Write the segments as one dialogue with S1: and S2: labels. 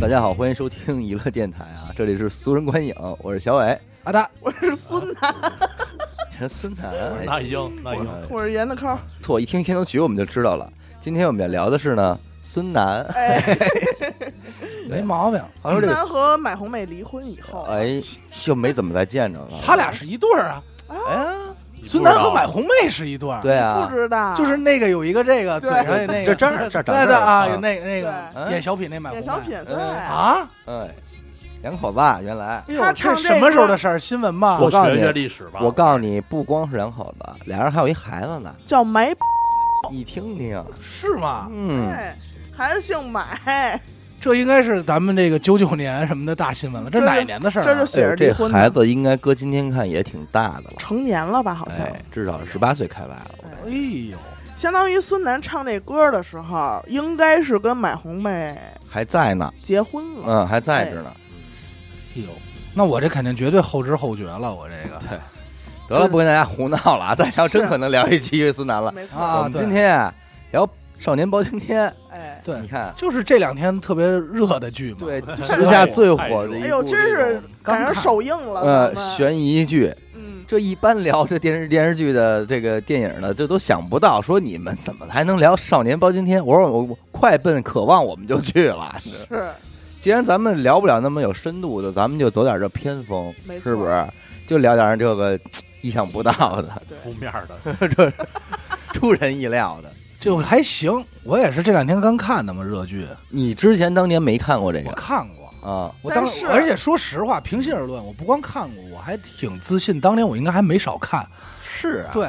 S1: 大 家好，欢迎收听娱乐电台啊， 这里是俗人观影，我是小伟，
S2: 阿达，
S3: 我是孙楠，
S1: 孙楠，哎
S4: 那已经，那已经，
S3: 我是严的康。
S1: 错，一听片头曲我们就知道了。今天我们要聊的是呢，孙楠，
S2: 没毛病，
S1: 好像
S3: 哎孙
S1: 这
S3: 楠
S1: 个，
S3: 和买红妹离婚以后，
S1: 哎，就没怎么再见着了。
S2: 他俩是一对儿啊。
S1: 哎呀，
S2: 孙楠和买红妹是一对儿，
S1: 对
S3: 不
S1: 啊，
S3: 知道
S2: 就是那个有一个这个嘴
S3: 对
S2: 上有那
S1: 这
S2: 个，
S1: 这儿这儿长
S2: 对
S1: 这
S2: 的
S1: 儿
S2: 啊，有那那个
S1: 对
S2: 演小品那买红
S3: 演
S2: 妹
S3: 小品对，
S2: 啊。
S1: 哎，两口子啊原来。
S2: 哎呦
S3: 他
S2: 这
S3: 唱
S2: 什么时候的事儿？新闻吧？
S1: 我
S4: 多
S1: 告诉
S4: 学
S1: 你
S4: 学历史吧。
S1: 我告诉你，不光是两口子，俩人还有一孩子呢。
S3: 叫买
S1: 你听听，
S2: 是吗？
S1: 嗯，
S3: 对，还是姓买，
S2: 这应该是咱们这个九九年什么的大新闻了。这
S3: 这
S2: 哪
S3: 就
S2: 一年的事儿啊？
S3: 这就写
S1: 哎呦
S3: 着
S1: 这
S3: 离婚呢。
S1: 孩子应该搁今天看也挺大的了，
S3: 成年了吧？好像
S1: 哎，至少十八岁开外了。
S2: 哎呦，
S3: 相当于孙楠唱这歌的时候，应该是跟买红妹
S1: 还在呢，
S3: 结婚了。
S1: 嗯，还在着呢。
S2: 哎呦，那我这肯定绝对后知后觉了，我这个
S1: 得了，不跟大家胡闹 了啊！再聊真可能聊一期孙楠了。
S3: 没错，
S2: 啊
S1: 我们
S2: 对
S1: 今天嗯啊聊少年包青天，
S3: 哎，
S2: 对
S1: 你，看，
S2: 就是这两天特别热的剧嘛。
S1: 对，
S4: 太
S1: 时下最火的一部
S3: 哎
S1: 这
S3: 呦，
S1: 种，
S3: 真是啊赶上首映了，
S1: 呃
S3: 咱们
S1: 悬疑剧。
S3: 嗯，
S1: 这一般聊这电视电视剧的这个电影呢，这都想不到说你们怎么还能聊少年包青天。我说我我快奔渴望我们就去了。
S3: 是
S1: 既然咱们聊不了那么有深度的，咱们就走点这偏锋，
S3: 没错
S1: 是不是？就聊点这个意想不到的、
S4: 封面的，
S1: 出人意料的。
S2: 就还行。我也是这两天刚看的嘛，热剧
S1: 你之前当年没看过这
S2: 我
S1: 个
S2: 看过。
S1: 啊？
S2: 我当
S3: 但是
S2: 而且说实话，平心而论，我不光看过，我还挺自信。当年我应该还没少看，
S1: 是啊，
S2: 对。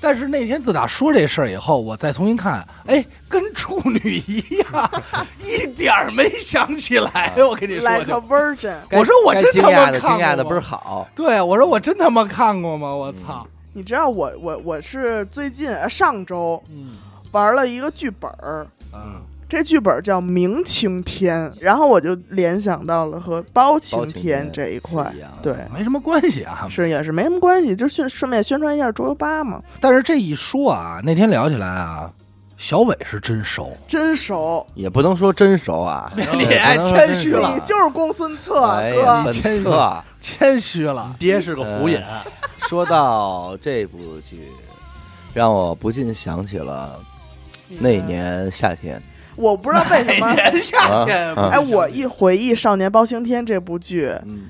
S2: 但是那天自打说这事儿以后，我再重新看，哎，跟处女一样，一点儿没想起来。我跟你说
S3: like a
S2: 就，
S3: virgin，
S1: 该
S2: 我说我
S1: 该
S2: 真
S1: 惊
S2: 他妈
S1: 讶的
S2: 看
S1: 惊讶
S2: 过
S1: 的倍儿
S2: 吗
S1: 好，
S2: 对我说我真他妈看过吗？我操！
S3: 你知道我我我是最近呃上周
S2: 嗯
S3: 玩了一个剧本儿，
S1: 啊
S2: 嗯，
S3: 这剧本叫《明晴天》，然后我就联想到了和包青
S1: 包青
S3: 天
S1: 天
S3: 这一块
S1: 一样，
S3: 对，
S2: 没什么关系啊。
S3: 是也是没什么关系，就顺顺便宣传一下桌游吧嘛，
S2: 但是这一说啊，那天聊起来啊，小伟是真熟，
S3: 真熟，
S1: 也不能说真熟 啊，
S2: 你
S1: 也
S2: 还
S1: 不能说
S2: 谦虚
S1: 真熟
S2: 了
S3: 你就是公孙策
S1: 哎
S3: 哥
S1: 呀，本，册
S2: 谦虚了。
S4: 爹是个虎眼，
S1: 说到这部剧，让我不禁想起了那一年夏天，
S3: 我不知道为什 么，
S2: 夏天，
S1: 啊啊
S3: 哎，我一回忆《少年包青天》这部剧，
S1: 嗯，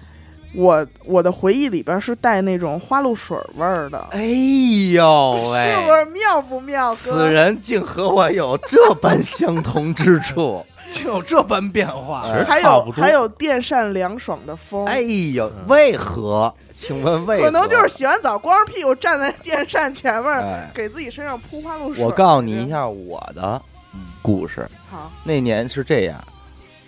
S3: 我我的回忆里边是带那种花露水味儿的，
S1: 哎呦
S3: 是不是妙不妙？
S1: 此
S3: 哥，
S1: 人竟和我有这般相同之处，
S2: 竟有这般变化。
S1: 哎
S3: 还
S4: 差
S3: 有
S4: 不多
S3: 还有电扇凉爽的风，
S1: 哎呦，为何？请问为何？
S3: 可能就是洗完澡光着屁股站在电扇前面儿，
S1: 哎，
S3: 给自己身上铺花露水。
S1: 我告诉你一，下我的故事。
S3: 好，
S1: 那年是这样，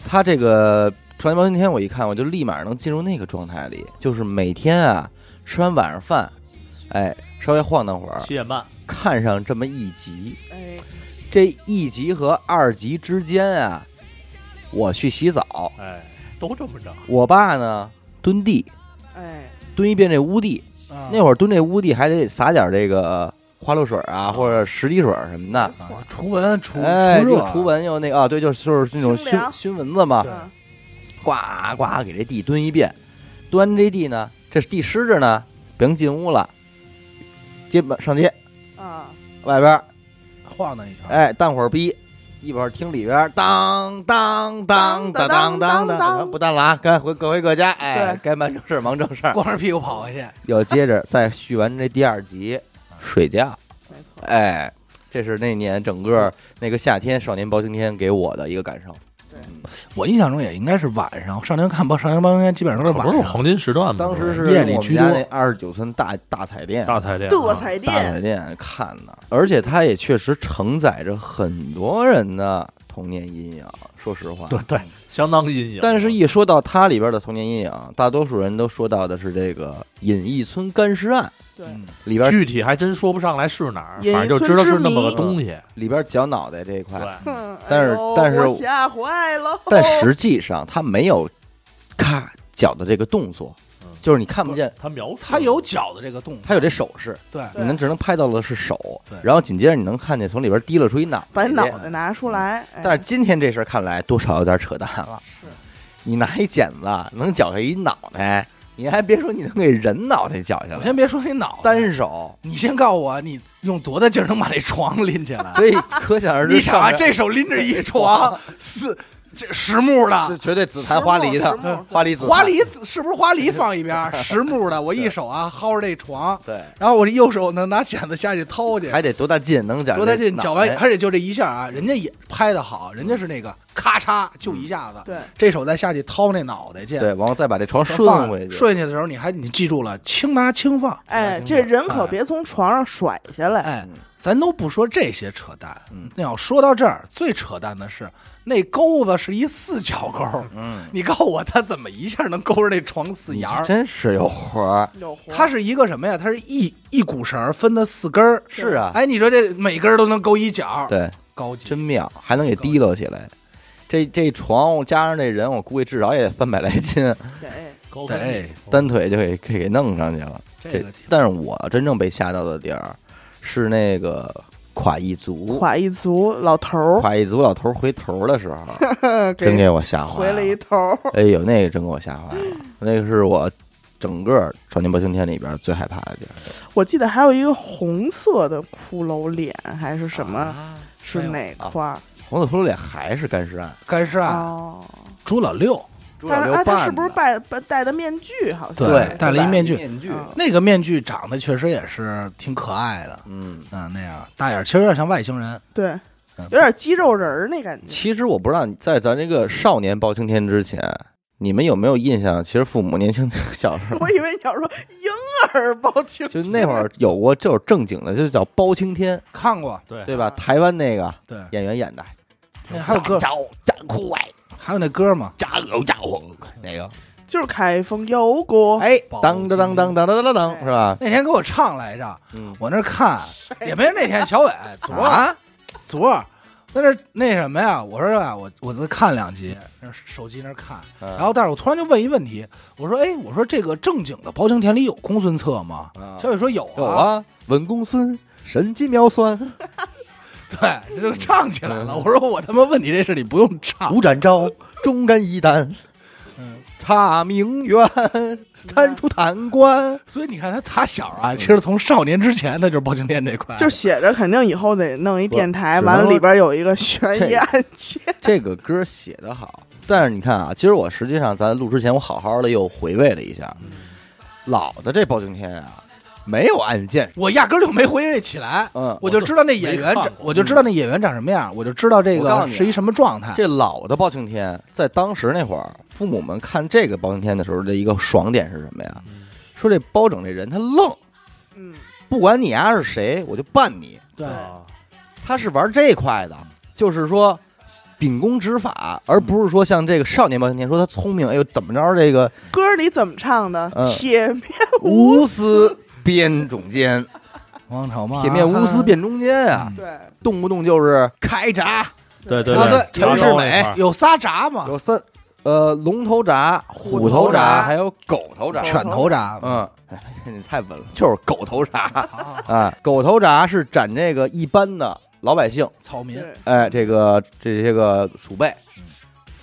S1: 他这个《少年包青天》，我一看我就立马能进入那个状态里，就是每天啊吃完晚上饭，哎，稍微晃荡会儿，
S4: 七点半，
S1: 看上这么一集，
S3: 哎，
S1: 这一集和二集之间啊，我去洗澡，
S4: 哎，都这么着，
S1: 我爸呢蹲地
S3: 哎，
S1: 蹲一遍这屋地，
S4: 啊
S1: 那
S2: 会
S1: 会儿蹲这屋地还得撒点这个花露水啊，或者十滴水什么的
S3: 没。错
S2: 儿，啊除蚊除
S1: 哎，
S2: 除
S1: 又
S2: 热，
S1: 除蚊又那个啊，对，就是就是那种
S3: 清
S1: 熏
S3: 凉
S1: 熏蚊子嘛，
S2: 对
S3: 嗯
S1: 呱呱给这地蹲一遍，蹲完这地呢，这地湿着呢，别进屋了，街吧上街
S3: 啊，
S1: 外边儿，
S2: 晃荡一圈。，
S1: 哎，淡会儿逼，一会儿听里边儿当当当当当当当，不当了啊，该回各回各家，哎
S3: 对，
S1: 该办正事儿忙正事儿。
S2: 光着屁股跑回去，
S1: 又接着再续完这第二集，睡觉，
S3: 没错，
S1: 哎，这是那年整个那个夏天《少年包青天》给我的一个感受。
S2: 我印象中也应该是晚上。上天看包，上天包今天基本上都是
S4: 可不是
S2: 晚上。
S4: 黄金时段吗？
S1: 当时是
S2: 夜里
S1: 我们
S2: 居
S1: 家
S2: 多
S1: 那二十九寸大大彩电，
S4: 大彩电，啊
S3: 德彩
S1: 大
S3: 电
S1: 彩电看的，而且它也确实承载着很多人的童年阴影。说实话，
S4: 对对，相当阴影。啊
S1: 但是，一说到它里边的童年阴影，大多数人都说到的是这个隐逸村干尸案
S3: 对，
S2: 嗯
S1: 里边
S4: 具体还真说不上来是哪儿，
S3: 隐
S4: 反正就
S3: 村
S4: 知道
S3: 之
S4: 是那么
S3: 谜
S4: 个东西。
S1: 里边绞脑袋这一
S4: 对
S1: 块，，
S3: 哼
S1: 嗯但是
S3: 哎呦
S1: 但是
S3: 我吓坏了，
S1: 但实际上它没有咔绞的这个动作
S4: 嗯，
S1: 就是你看不见，
S4: 他描述
S2: 他有脚的这个动作，
S1: 它有这手势，
S2: 对
S3: 对
S1: 你能只能拍到的是手
S2: 对，
S1: 然后紧接着你能看见从里边提溜出一脑
S3: 把
S1: 袋去嗯
S3: 脑袋拿出来，哎
S1: 但是今天这事儿看来多少有点扯淡了。
S3: 是
S1: 你拿一剪子能绞下一脑袋，你还别说你能给人脑袋绞下
S2: 我
S1: 来，
S2: 先别说你脑袋，
S1: 单 手，
S2: 你先告诉我，你用多大劲儿能把这床拎起来？
S1: 所以可想 而知
S2: 你想
S1: 上
S2: 啊，
S1: 面，
S2: 这手拎着一床四这实木
S1: 是
S2: 的，
S1: 绝对紫檀花梨
S3: 实木实
S1: 的
S3: 木，
S1: 花梨紫檀
S2: 花梨子是不是花梨放一边儿？实木的，我一手啊薅着这床，
S1: 对，
S2: 然后我这右手呢拿剪子下去掏去，
S1: 还得多大劲能绞？
S2: 多带劲，脚完
S1: 还
S2: 而且就这一下啊，人家也拍的好，人家是那个咔嚓就一下子，
S3: 对，
S2: 这手再下去掏那脑袋去，
S1: 对，然后再把这床
S2: 再
S1: 顺
S2: 放
S1: 回去，
S2: 顺下去的时候，你还你记住了，轻拿轻放。
S3: 哎，这人
S1: 啊
S3: 可别从床上甩下来。
S2: 哎，咱都不说这些扯淡，
S1: 嗯
S2: 那要说到这儿，最扯淡的是那钩子是一四角钩，
S1: 嗯，
S2: 你告诉我他怎么一下能勾着那床四
S1: 你
S2: 沿
S1: 这
S2: 儿？
S1: 真是有活儿，
S3: 有活
S2: 它是一个什么呀？它是一一股绳儿分的四根儿。
S1: 是啊，
S2: 哎，你说这每根儿都能勾一角，
S1: 对，
S2: 高级
S1: 真妙，还能给提溜起来。这这床加上这人，我估计至少也得三百来斤，
S3: 对，
S1: 哎
S4: 高科
S2: 对
S4: 技，
S1: 单腿就给给给弄上去了。
S2: 这个挺
S1: 但是我真正被吓到的地儿是那个垮一族，
S3: 垮一族老头儿
S1: 垮一族老头回头的 时候，真
S3: 给
S1: 给我吓坏
S3: 回了一头儿，
S1: 哎呦，那个真给我吓坏了，那个是我整个《少年包青天》里边最害怕的地儿。
S3: 我记得还有一个红色的骷髅脸还是什么，
S4: 啊
S3: 是哪块儿？
S1: 红子骷髅脸还是干尸案，
S2: 干尸啊，
S3: 哦，
S2: 朱老六
S1: 朱
S3: 但
S1: 老
S3: 是
S1: 六
S3: 哎，
S1: 扮
S3: 他
S1: 的
S3: 是不是戴戴戴的面具？好像
S2: 对
S1: 对
S2: 戴了一面具
S1: 面具
S3: 嗯
S2: 那个面具长得确实也是挺可爱的，
S1: 嗯，
S2: 嗯，那样大眼儿，其实有点像外星人。
S3: 对
S2: 嗯，
S3: 有点肌肉人儿那感 觉。
S1: 其实我不知道你在咱这个《少年包青天》之前，你们有没有印象？其实父母年轻小时候。
S3: 我以为你要说婴儿包青
S1: 就
S3: 天，
S1: 那会儿有过，就是正经的，就叫包青天，
S2: 看过，
S4: 对
S1: 对吧？台湾那个
S2: 对，
S1: 演员演的，
S2: 那哎还有歌，
S1: 真酷哎，
S2: 还有那歌嘛，
S1: 炸油炸火那个，
S3: 就是开封油锅，
S1: 哎，
S2: 包
S1: 当当当当当当当
S2: 哦
S1: 当，
S3: 哎
S1: 是吧？
S2: 那天给我唱来着，
S1: 嗯，
S2: 我那儿看也没那天小伟昨儿
S1: 啊，
S2: 昨儿在那儿那什么呀？我说啊，我我在看两集，那手机那儿看，
S1: 然
S2: 然后但是我突然就问一问题，我说哎，我说这个正经的包青天里有公孙策吗？小伟说有
S1: 嗯有，啊，文公孙神机妙算，
S2: 对，这就唱起来了。我说我他妈问你这事，你不用唱，
S1: 五展昭，忠肝义胆，
S2: 啊嗯
S1: 差明远，铲除贪官，
S2: 所以你看他他小啊，其实从少年之前他就是包青天这块，
S3: 就写着肯定以后得弄一电台，
S1: 不
S3: 完了里边有一个悬疑案件，
S1: 这个歌写得好，但是你看啊，其实我实际上咱录之前，我好好的又回味了一下，老的这包青天啊，没有案件，
S2: 我压根儿就没回味起来。
S1: 嗯，
S2: 我就知道那演员
S4: 没
S2: 长，
S4: 看过
S2: 我就知道那演员长什么样，我就知道这
S1: 我告诉
S2: 个
S1: 你啊
S2: 是一什么状态。
S1: 这老的包青天，在当时那会儿，父母们看这个包青天的时候的一个爽点是什么呀？
S4: 嗯
S1: 说这包拯这人他愣，
S3: 嗯，
S1: 不管你丫、是谁，我就办你。
S2: 对
S4: 啊
S1: 他是玩这块的，就是说秉公执法，而不是说像这个少年包青天说他聪明，哎呦怎么着 这个
S3: 歌里怎么唱的？
S1: 嗯
S3: 铁面
S1: 无私编 中间，
S2: 王朝嘛，
S1: 铁面无私变中间啊，
S2: 嗯
S3: 对
S1: 动不动就是开闸，
S4: 对对
S2: 啊，对，
S4: 陈
S2: 有
S1: 世
S4: 美
S2: 有仨闸嘛，
S1: 有三呃龙头闸、虎
S3: 啊虎头
S1: 闸，
S3: 闸
S1: 还有狗头闸。
S2: 犬头闸，
S1: 嗯，哎你太稳了，就是狗头闸啊！狗头闸是斩这个一般的老百姓，
S2: 草民，
S3: 对，
S1: 哎，这个这些个鼠辈
S2: 嗯。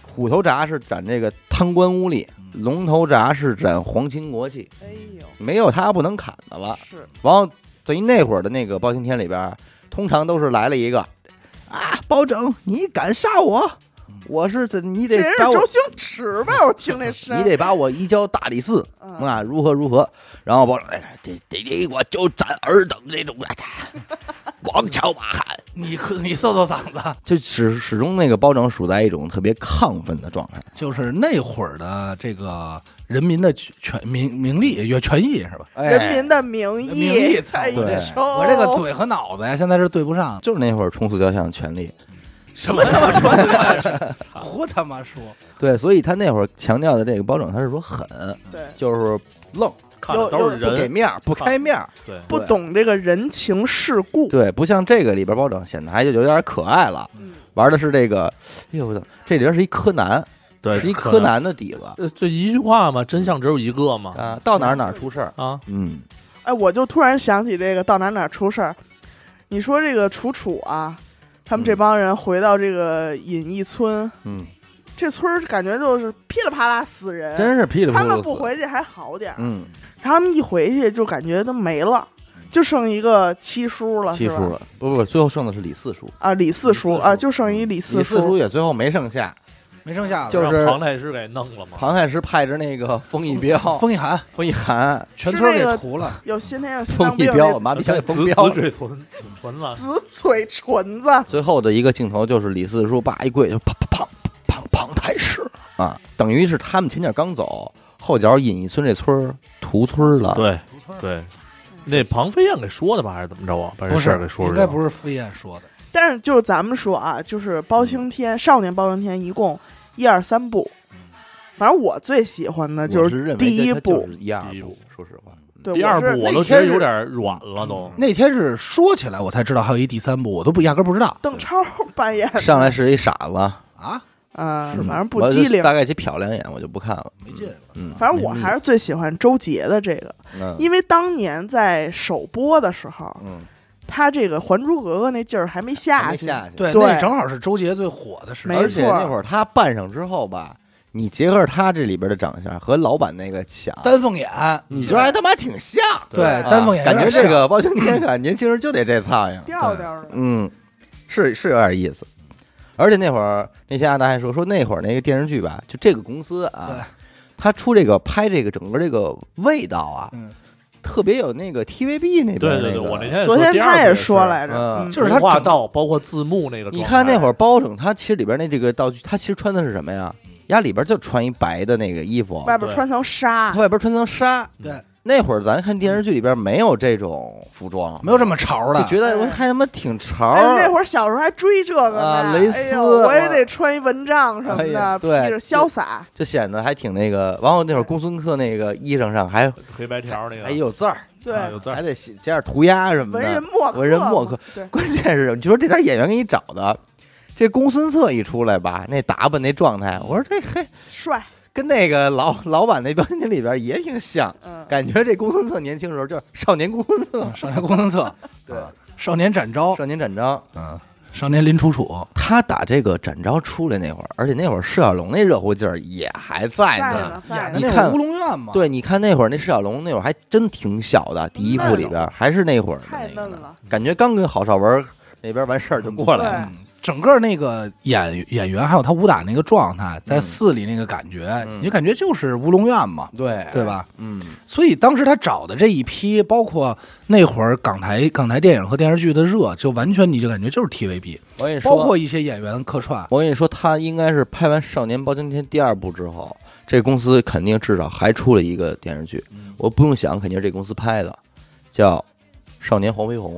S1: 虎头闸是斩这个贪官污吏，
S2: 嗯
S1: 龙头闸是斩皇亲国戚，
S3: 哎呦，
S1: 没有他不能砍的了。
S3: 是
S1: 然后等于那会儿的那个包青天里边，通常都是来了一个啊，包拯，你敢杀我？我是怎？你
S3: 这
S1: 得
S3: 人是
S1: 把
S3: 周
S1: 我，
S3: 星驰吧？我听那声，
S1: 你得把我移交大理寺。
S3: 嗯，
S1: 啊，如何如何？然后包拯，哎，这这这，我就斩尔等这种啊，王朝马汉，
S2: 你可你搜搜嗓子，
S1: 就始始终那个包拯处在一种特别亢奋的状态。
S2: 就是那会儿的这个人民的权民名利也权益是吧？
S3: 嗯人民
S1: 的
S3: 的名
S2: 名义操
S3: 哎呦
S1: 对
S2: 我这个嘴和脑子呀，现在是对不上的，
S1: 就是那会儿冲塑胶像权力，
S2: 什么他妈说他妈是，胡他妈说，
S1: 对，所以他那会儿强调的这个包拯，他是说狠，
S3: 对。
S1: 就是愣，
S4: 看的都是
S1: 不给
S4: 人，
S1: 面儿，不开面儿，
S4: 对，
S3: 不懂这个人情世故，
S1: 对，不像这个里边包拯显得还就有点可爱了，
S3: 嗯
S1: 玩的是这个，哎呦我操，这里边是一柯南，
S4: 对，
S1: 是一柯
S4: 可能，
S1: 南的底子
S4: 呃就一句话嘛，真相只有一个嘛，
S1: 啊，到哪儿哪儿出事儿，
S4: 啊，
S1: 嗯，
S3: 哎，我就突然想起这个到哪哪出事儿。你说这个楚楚啊，他们这帮人回到这个隐逸村，
S1: 嗯，
S3: 这村儿感觉就是噼里啪啦死人，
S1: 真是噼里啪
S3: 哎他
S1: 啦。
S3: 们不，回去还好点儿，
S1: 嗯，
S3: 他们一回去就感觉都没了，就剩一个七叔了，
S1: 七
S3: 是
S1: 叔
S3: 吧
S1: 了，不不，不最后剩的是李四叔，
S3: 啊，李四叔
S2: 李四叔
S3: 啊，就剩一李
S1: 李
S3: 四
S1: 四叔也最后没剩下，
S2: 没剩下了，
S1: 就是
S4: 让庞太师给弄了嘛。
S1: 庞太师派着那个封一彪、
S2: 风一寒
S1: 封一涵、
S2: 全
S3: 是
S2: 村儿
S3: 那
S2: 给
S3: 个
S2: 屠了，
S3: 有先天性心
S1: 封
S3: 脏
S1: 一
S3: 病
S1: 彪，
S3: 那
S1: 麻痹 小姐封彪
S4: 紫紫，嘴唇唇了，
S3: 紫嘴唇子，
S1: 最后的一个镜头就是李四叔叭一跪，就砰砰砰砰砰太师啊，等于是他们前脚刚走，后脚尹一村这村儿屠村儿了。
S4: 对
S2: 屠村儿
S4: 对，那庞飞燕给说的吧，还是怎么着啊？把这
S2: 不
S4: 事
S2: 是
S4: 儿给说出
S2: 应
S4: 去
S2: 该
S4: 了。
S2: 不是飞燕说的，
S3: 但是就咱们说啊，就是包青天少年包青天一共一二三部，
S4: 嗯
S3: 反正我最喜欢的就
S1: 我
S3: 是
S1: 认为
S3: 第
S1: 这
S3: 一
S1: 它
S3: 部
S1: 就是一二
S4: 第一
S1: 部
S4: 部，
S1: 说实话，嗯
S3: 对
S4: 第二
S3: 是
S4: 部我
S2: 那
S4: 都觉
S2: 天
S4: 得有
S2: 是
S4: 点软了，都
S2: 那天是说起来我才知道还有一第三部，我都不压根儿不知道
S3: 邓超 扮演
S1: 上来是一傻子，
S2: 啊，
S3: 啊，
S1: 是
S3: 反正不
S1: 我就
S3: 机灵
S1: 大。概去瞟两眼我就不看了。
S2: 没劲。
S1: 嗯，
S3: 反正我还是最喜欢周杰的这个，
S1: 嗯
S3: 因为当年在首播的时候，
S1: 嗯
S3: 他这个《还珠格格》那劲儿还没下
S1: 没
S3: 去，
S1: 下去，
S2: 对，
S3: 对
S2: 那正好是周杰最火的时
S3: 没
S2: 期
S1: 而，且
S3: 错
S1: 那会儿他扮上之后吧，你结合他这里边的长相和老版那个像，
S2: 丹凤眼，
S4: 嗯
S1: 你觉得还他妈挺像。
S2: 对
S1: 啊
S2: 丹凤眼有
S1: 感
S2: 点
S1: 觉这
S2: 像
S1: 个包青天啊， 年轻人就得这苍蝇。
S3: 调调的。
S1: 嗯，是是有点意思。而且那会儿那天阿达还说说那会儿那个电视剧吧，就这个公司
S2: 对
S1: 啊，他出这个拍这个整个这个味道啊，
S2: 嗯，
S1: 特别有那个 TVB 那边
S4: 对对
S1: 那
S4: 对，
S1: 个
S4: 我那天也
S3: 昨天
S4: 第二
S3: 他
S4: 部
S3: 也
S4: 也
S3: 说
S4: 是，
S3: 来着，
S1: 嗯
S3: 嗯
S2: 就是他
S4: 服化
S2: 整
S4: 道包括字幕那个状态，
S1: 你看那会
S4: 儿
S1: 儿包拯，他其实里边那这个道具，他其实穿的是什么呀？呀，里边就穿一白的那个衣服，
S3: 外边穿层纱
S1: 他，外边穿层纱。
S2: 对，
S1: 那会儿咱看电视剧里边没有这种服装，
S2: 没有这么潮的，
S1: 就觉得我还他妈挺潮。
S3: 哎，那会儿小时候还追这个呢，
S1: 啊蕾丝
S3: 哎呦我也得穿一蚊帐什么
S1: 哎呀
S3: 的，披
S1: 对
S3: 着潇洒。
S1: 就显得还挺那个。完后那会儿公孙克那个衣裳上还
S4: 黑白条那个，
S1: 还有字儿，
S3: 对，
S4: 啊有字儿
S1: 还得写加点涂鸦什么
S3: 文人
S1: 哎的。
S3: 墨客嘛，
S1: 文人墨客
S3: 对，
S1: 关键是你说这点演员给你找的，这公孙策一出来吧，那打扮那状态，我说这嘿
S3: 帅，
S1: 跟那个老老板那标签里边也挺像，
S3: 嗯，
S1: 感觉这公孙策年轻时候就是少年公孙策
S2: 嗯，少年公孙策，对，啊少年展
S3: 哦
S2: 昭，
S1: 少年展昭。
S2: 嗯，少年林楚楚，
S1: 他打这个展昭出来那会儿，而且那会儿释小龙那热乎劲儿也还在
S3: 在
S1: 呢。
S3: 呢，在
S2: 演的
S1: 你
S2: 那
S1: 看
S2: 个乌龙院嘛，，
S1: 对，你看那会儿那释小龙那会儿还真挺小的，第一部里边还是那会儿的
S3: 太
S1: 那个
S3: 嫩
S1: 呢
S3: 了，
S1: 感觉刚跟郝邵文那边完事儿就过来了。
S3: 对，
S2: 嗯，整个那个演演员还有他武打那个状态，在寺里那个感觉，
S1: 嗯
S2: 你就感觉就是乌龙院嘛，
S1: 对
S2: 对吧？
S1: 嗯，
S2: 所以当时他找的这一批，包括那会儿港台港台电影和电视剧的热，就完全你就感觉就是 TVB，
S1: 我跟你
S2: 包
S1: 说，
S2: 括一些演员客串，
S1: 我跟你说，他应该是拍完《少年包青天》第二部之后，这公司肯定至少还出了一个电视剧，
S2: 嗯
S1: 我不用想，肯定是这公司拍的，叫《少年黄飞鸿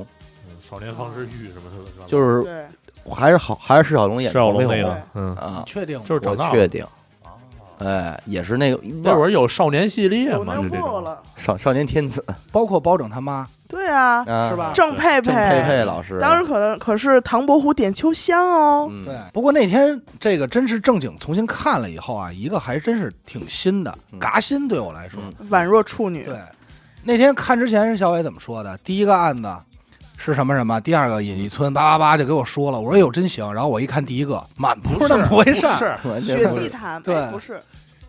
S4: 嗯少年方世玉什么的，》，
S1: 就是是
S3: 对
S1: 还是好还是释小龙演
S4: 释
S1: 的
S4: 小
S1: 黄飞
S4: 龙那
S1: 鸿
S4: 个，嗯，
S1: 啊，
S2: 确定
S4: 就是长
S1: 我
S4: 大
S1: 确
S4: 了。
S1: 定。哎，也是那个
S4: 那会儿有少年系列
S3: 有
S4: 嘛，
S3: 那
S4: 就这
S3: 过
S4: 种
S3: 了，
S1: 少少年天子
S2: 包括包拯他妈
S3: 对啊，
S1: 啊，
S2: 是吧？
S3: 郑佩
S1: 郑佩佩老师，
S3: 当时可能可是唐伯虎点秋香哦，
S1: 嗯
S2: 对，不过那天这个真是正经重新看了以后啊，一个还真是挺新的，
S1: 嗯
S2: 嘎新对我来说。
S1: 嗯
S3: 宛若处女，
S2: 对，那天看之前是小伟怎么说的？第一个案子是什么什么，第二个尹一村叭叭叭就给我说了，我说哟真行。然后我一看第一个，满不是那么回事
S4: 不
S2: 儿。
S4: 是
S1: 完全
S3: 血
S1: 不
S3: 祭
S1: 是
S3: 坛，
S2: 对
S3: 哎不是，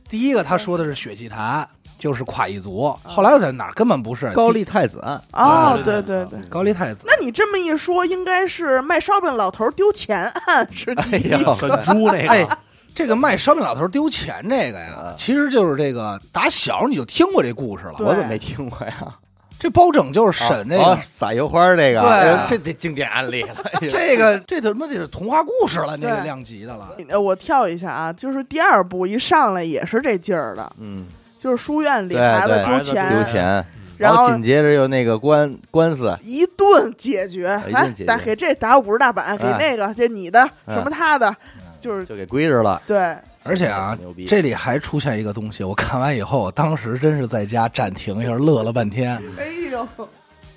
S2: 第一个他说的是血祭坛，就是垮一族。后来我在哪儿根本不是
S1: 哦高
S2: 第
S1: 丽太 子案，
S3: 哦，
S4: 对
S3: 对对对。
S2: 高丽太子
S3: 那你这么一说，应该是卖烧饼老头丢钱 案是第
S1: 哎
S3: 一
S1: 呀，
S4: 神猪那
S2: 哎
S4: 个，
S2: 这个卖烧饼老头丢钱这个呀
S1: 啊，
S2: 其实就是这个打小你就听过这故事了。
S1: 我怎么没听过呀？
S2: 这包拯就是审这个
S1: 哦撒油花儿这个，
S2: 对
S1: 哎这这经典案例了。哎呦
S2: 这个这他妈得是童话故事了，那
S3: 对
S2: 个量级的
S1: 嗯
S2: 了。
S3: 呃，我跳一下啊，就是第二部一上来也是这劲儿的，
S1: 嗯，
S3: 就是书院里
S1: 对
S3: 孩子
S1: 对
S3: 丢
S4: 哎
S1: 丢
S3: 钱，
S1: 钱，嗯
S3: 然
S1: 后
S3: 后
S1: 紧接着又那个官官司，
S3: 一顿解决，
S1: 哎一
S3: 来
S1: 顿解决
S3: 打给这打五十大板，给
S1: 哎
S3: 那个这你的
S1: 哎
S3: 什么他的，就是
S1: 就给嗯归着了。
S3: 对，
S2: 而且啊
S1: 牛逼，
S2: 这里还出现一个东西，我看完以后，我当时真是在家暂停一下，乐了半天。
S3: 哎呦，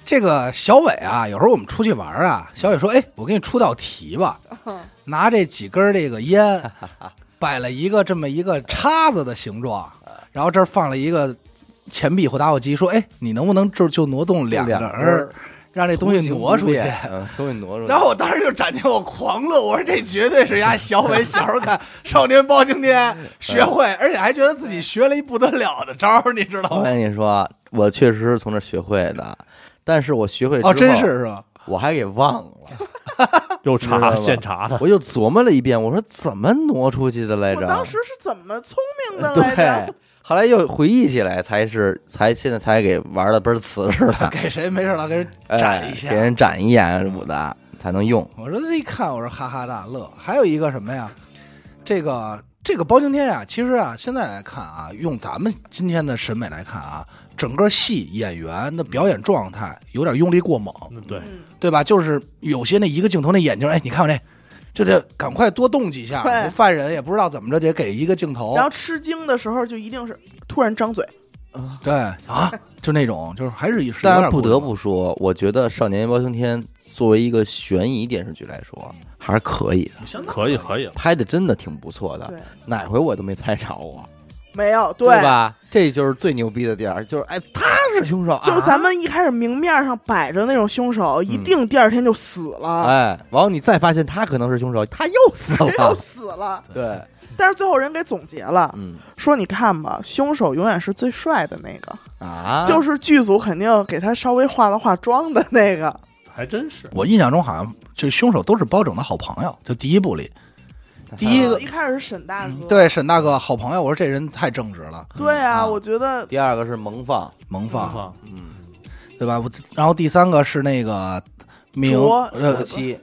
S2: 这个小伟啊，有时候我们出去玩啊，小伟说：“哎，我给你出道题吧，拿这几根这个烟，摆了一个这么一个叉子的形状，然后这儿放了一个钱币或打火机，说：‘哎，你能不能就就挪动两
S1: 两
S2: 个
S1: 根儿
S2: 儿？’”让这东西挪出去。
S1: 嗯，东西挪出去。
S2: 然后我当时就展现我狂乐，我说这绝对是丫小伟小时候看《 少年包青天》学会，而且还觉得自己学了一不得了的招儿，你知道
S1: 我
S2: 吗？
S1: 跟你说，我确实是从这学会的，但是我学会之后，
S2: 哦，真是是吧？
S1: 我还给忘了，
S4: 又
S1: 知道
S4: 查
S1: 吧
S4: 现查的，
S1: 我又琢磨了一遍，我说怎么挪出去的来
S3: 我
S1: 着？啊
S3: 当时是怎么聪明 的来着
S1: 对？，后来又回忆起来，才是才现在才给玩的倍儿瓷实 了，
S2: 给谁没事了，给人
S1: 哎
S2: 展一下
S1: 给。人展一眼什么的才能用。
S2: 我说这一看，我说哈哈大乐。还有一个什么呀？这个这个包青天呀，其实啊，现在来看啊，用咱们今天的审美来看啊，整个戏演员的表演状态有点用力过猛，
S4: 嗯对，
S3: 嗯，
S2: 对吧？就是有些那一个镜头那眼睛，哎，你看我这，就这赶快多动几下。
S3: 对
S2: 这犯人也不知道怎么着，得给一个镜头
S3: 然，后吃惊的时候就一定是突然张嘴，
S2: 对啊，就那种，就是还是一时。
S1: 但是不得不说，我觉得《少年包青天》作为一个悬疑电视剧来说，还是可以的，
S2: 相当
S4: 可以可以了，
S1: 拍的真的挺不错的。
S3: 对，
S1: 哪回我都没猜着我，
S3: 没有，
S1: 对吧？这就是最牛逼的地儿，就是哎，他是凶手，
S3: 就是
S1: 啊嗯
S3: 咱们一开始明面上摆着那种凶手，一定第二天就死了，
S1: 哎，完后你再发现他可能是凶手，他又死
S3: 又
S1: 了。
S3: 死了。
S1: 对，
S3: 但是最后人给总结了，
S1: 嗯
S3: 说你看吧，凶手永远是最帅的那个，
S1: 啊，
S3: 就是剧组肯定给他稍微化了化妆的那个。
S4: 还真是。
S2: 我印象中好像这凶手都是包拯的好朋友，就第一部里，第一个
S3: 呃
S2: 嗯
S3: 一开始是沈大哥，
S2: 对沈大哥好朋友，我说这人太正直了，
S3: 对啊，
S2: 啊
S3: 我觉得
S1: 第二个是萌放，
S2: 萌
S4: 放
S2: 放，
S4: 放
S2: 对吧？我然后第三个是那个明
S3: 卓
S2: 呃
S1: 七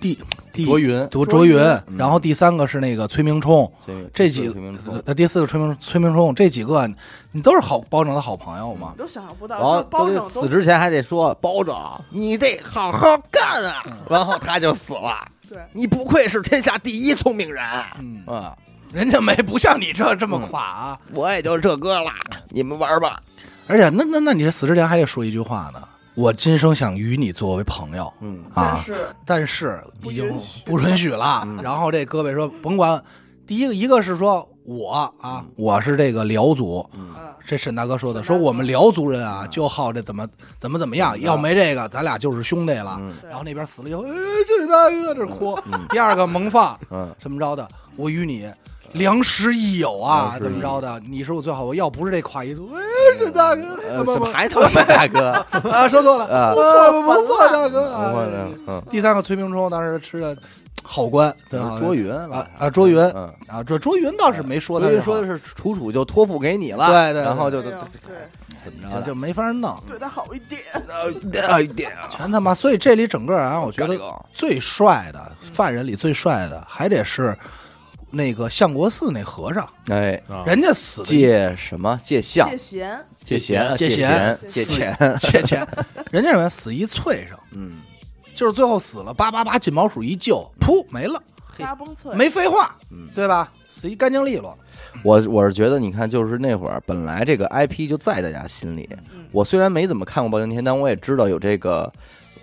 S2: 第第
S1: 卓云，
S2: 卓
S3: 卓
S2: 卓
S3: 云
S2: 云，然后第三个是那个崔明冲，这几
S1: 个名称，
S2: 呃第四个崔明崔明冲，这几个你都是好包拯的好朋友嘛
S3: 你？都想象不
S1: 然
S3: 到，
S1: 后
S3: 就包拯
S1: 都
S3: 都
S1: 死之前还得说包拯，你得好好干啊，然后他就死了。
S3: 对，
S1: 你不愧是天下第一聪明人
S2: 嗯，
S1: 啊！
S2: 人家没不像你这这么垮啊！
S1: 我也就这歌了，你们玩吧。
S2: 而且那那那你这死之前还得说一句话呢，我今生想与你作为朋友
S1: 嗯，
S3: 但
S2: 啊，
S3: 是
S2: 但是已经
S3: 不允许
S2: 不允许了。然后这胳膊说甭管，第一个一个是说我啊，我是这个辽族，
S3: 嗯，
S2: 这沈大哥说的，
S3: 沈大
S2: 说
S3: 哥
S2: 我们辽族人啊，就好这怎么怎么怎么样，要没这个，咱俩就是兄弟了。
S1: 嗯
S3: 对
S2: 然后那边死了以后，哎，这大哥这哭。第二个萌放，
S1: 嗯，
S2: 怎么着的，我与你良师益友啊，
S1: 良师益友
S2: 怎么着的，你是我最好，我要不是这跨一族，哎，这大哥，
S1: 呃，
S2: 啊不
S1: 怎
S2: 不
S1: 么还他妈是大哥？
S2: 啊，说错了，
S1: 啊
S2: 啊，不不错，大哥
S1: 我
S2: 啊
S1: 呢。嗯，
S2: 第三个崔明冲当时吃的好官，真好，
S1: 卓云
S2: 啊啊，卓云
S1: 嗯，
S2: 啊，卓卓云倒是没说他
S1: 所
S2: 是
S1: 以
S2: 好，
S1: 说的是楚楚就托付给你了，
S2: 对对
S1: 然后
S2: 对
S3: 哎
S1: 就就
S3: 呦
S1: 就
S3: 对
S1: 怎么着
S2: 这
S1: 的
S2: 啊就没法弄。
S3: 对他好一点，
S1: 哎点啊，
S2: 全他妈！所以这里整个啊，我觉
S1: 这
S2: 得
S1: 个
S2: 最帅的犯人里最帅的，还得是那个相国寺那和尚，
S1: 哎，
S4: 啊
S2: 人家死的
S1: 借什么借相
S3: 借贤，
S1: 借钱
S2: 借
S1: 钱
S2: 钱
S1: 借
S2: 死
S1: 钱，
S2: 借钱，人家什么呀死一脆生，
S1: 嗯，
S2: 就是最后死了，叭叭叭，金毛鼠一救，噗没了，
S3: 嘎嘣脆，
S2: 没废话
S1: 嗯，
S2: 对吧？死一干净利落，
S1: 我我是觉得，你看，就是那会儿本来这个 IP 就在大家心里
S3: 嗯。
S1: 我虽然没怎么看过《包青天》，但我也知道有这个，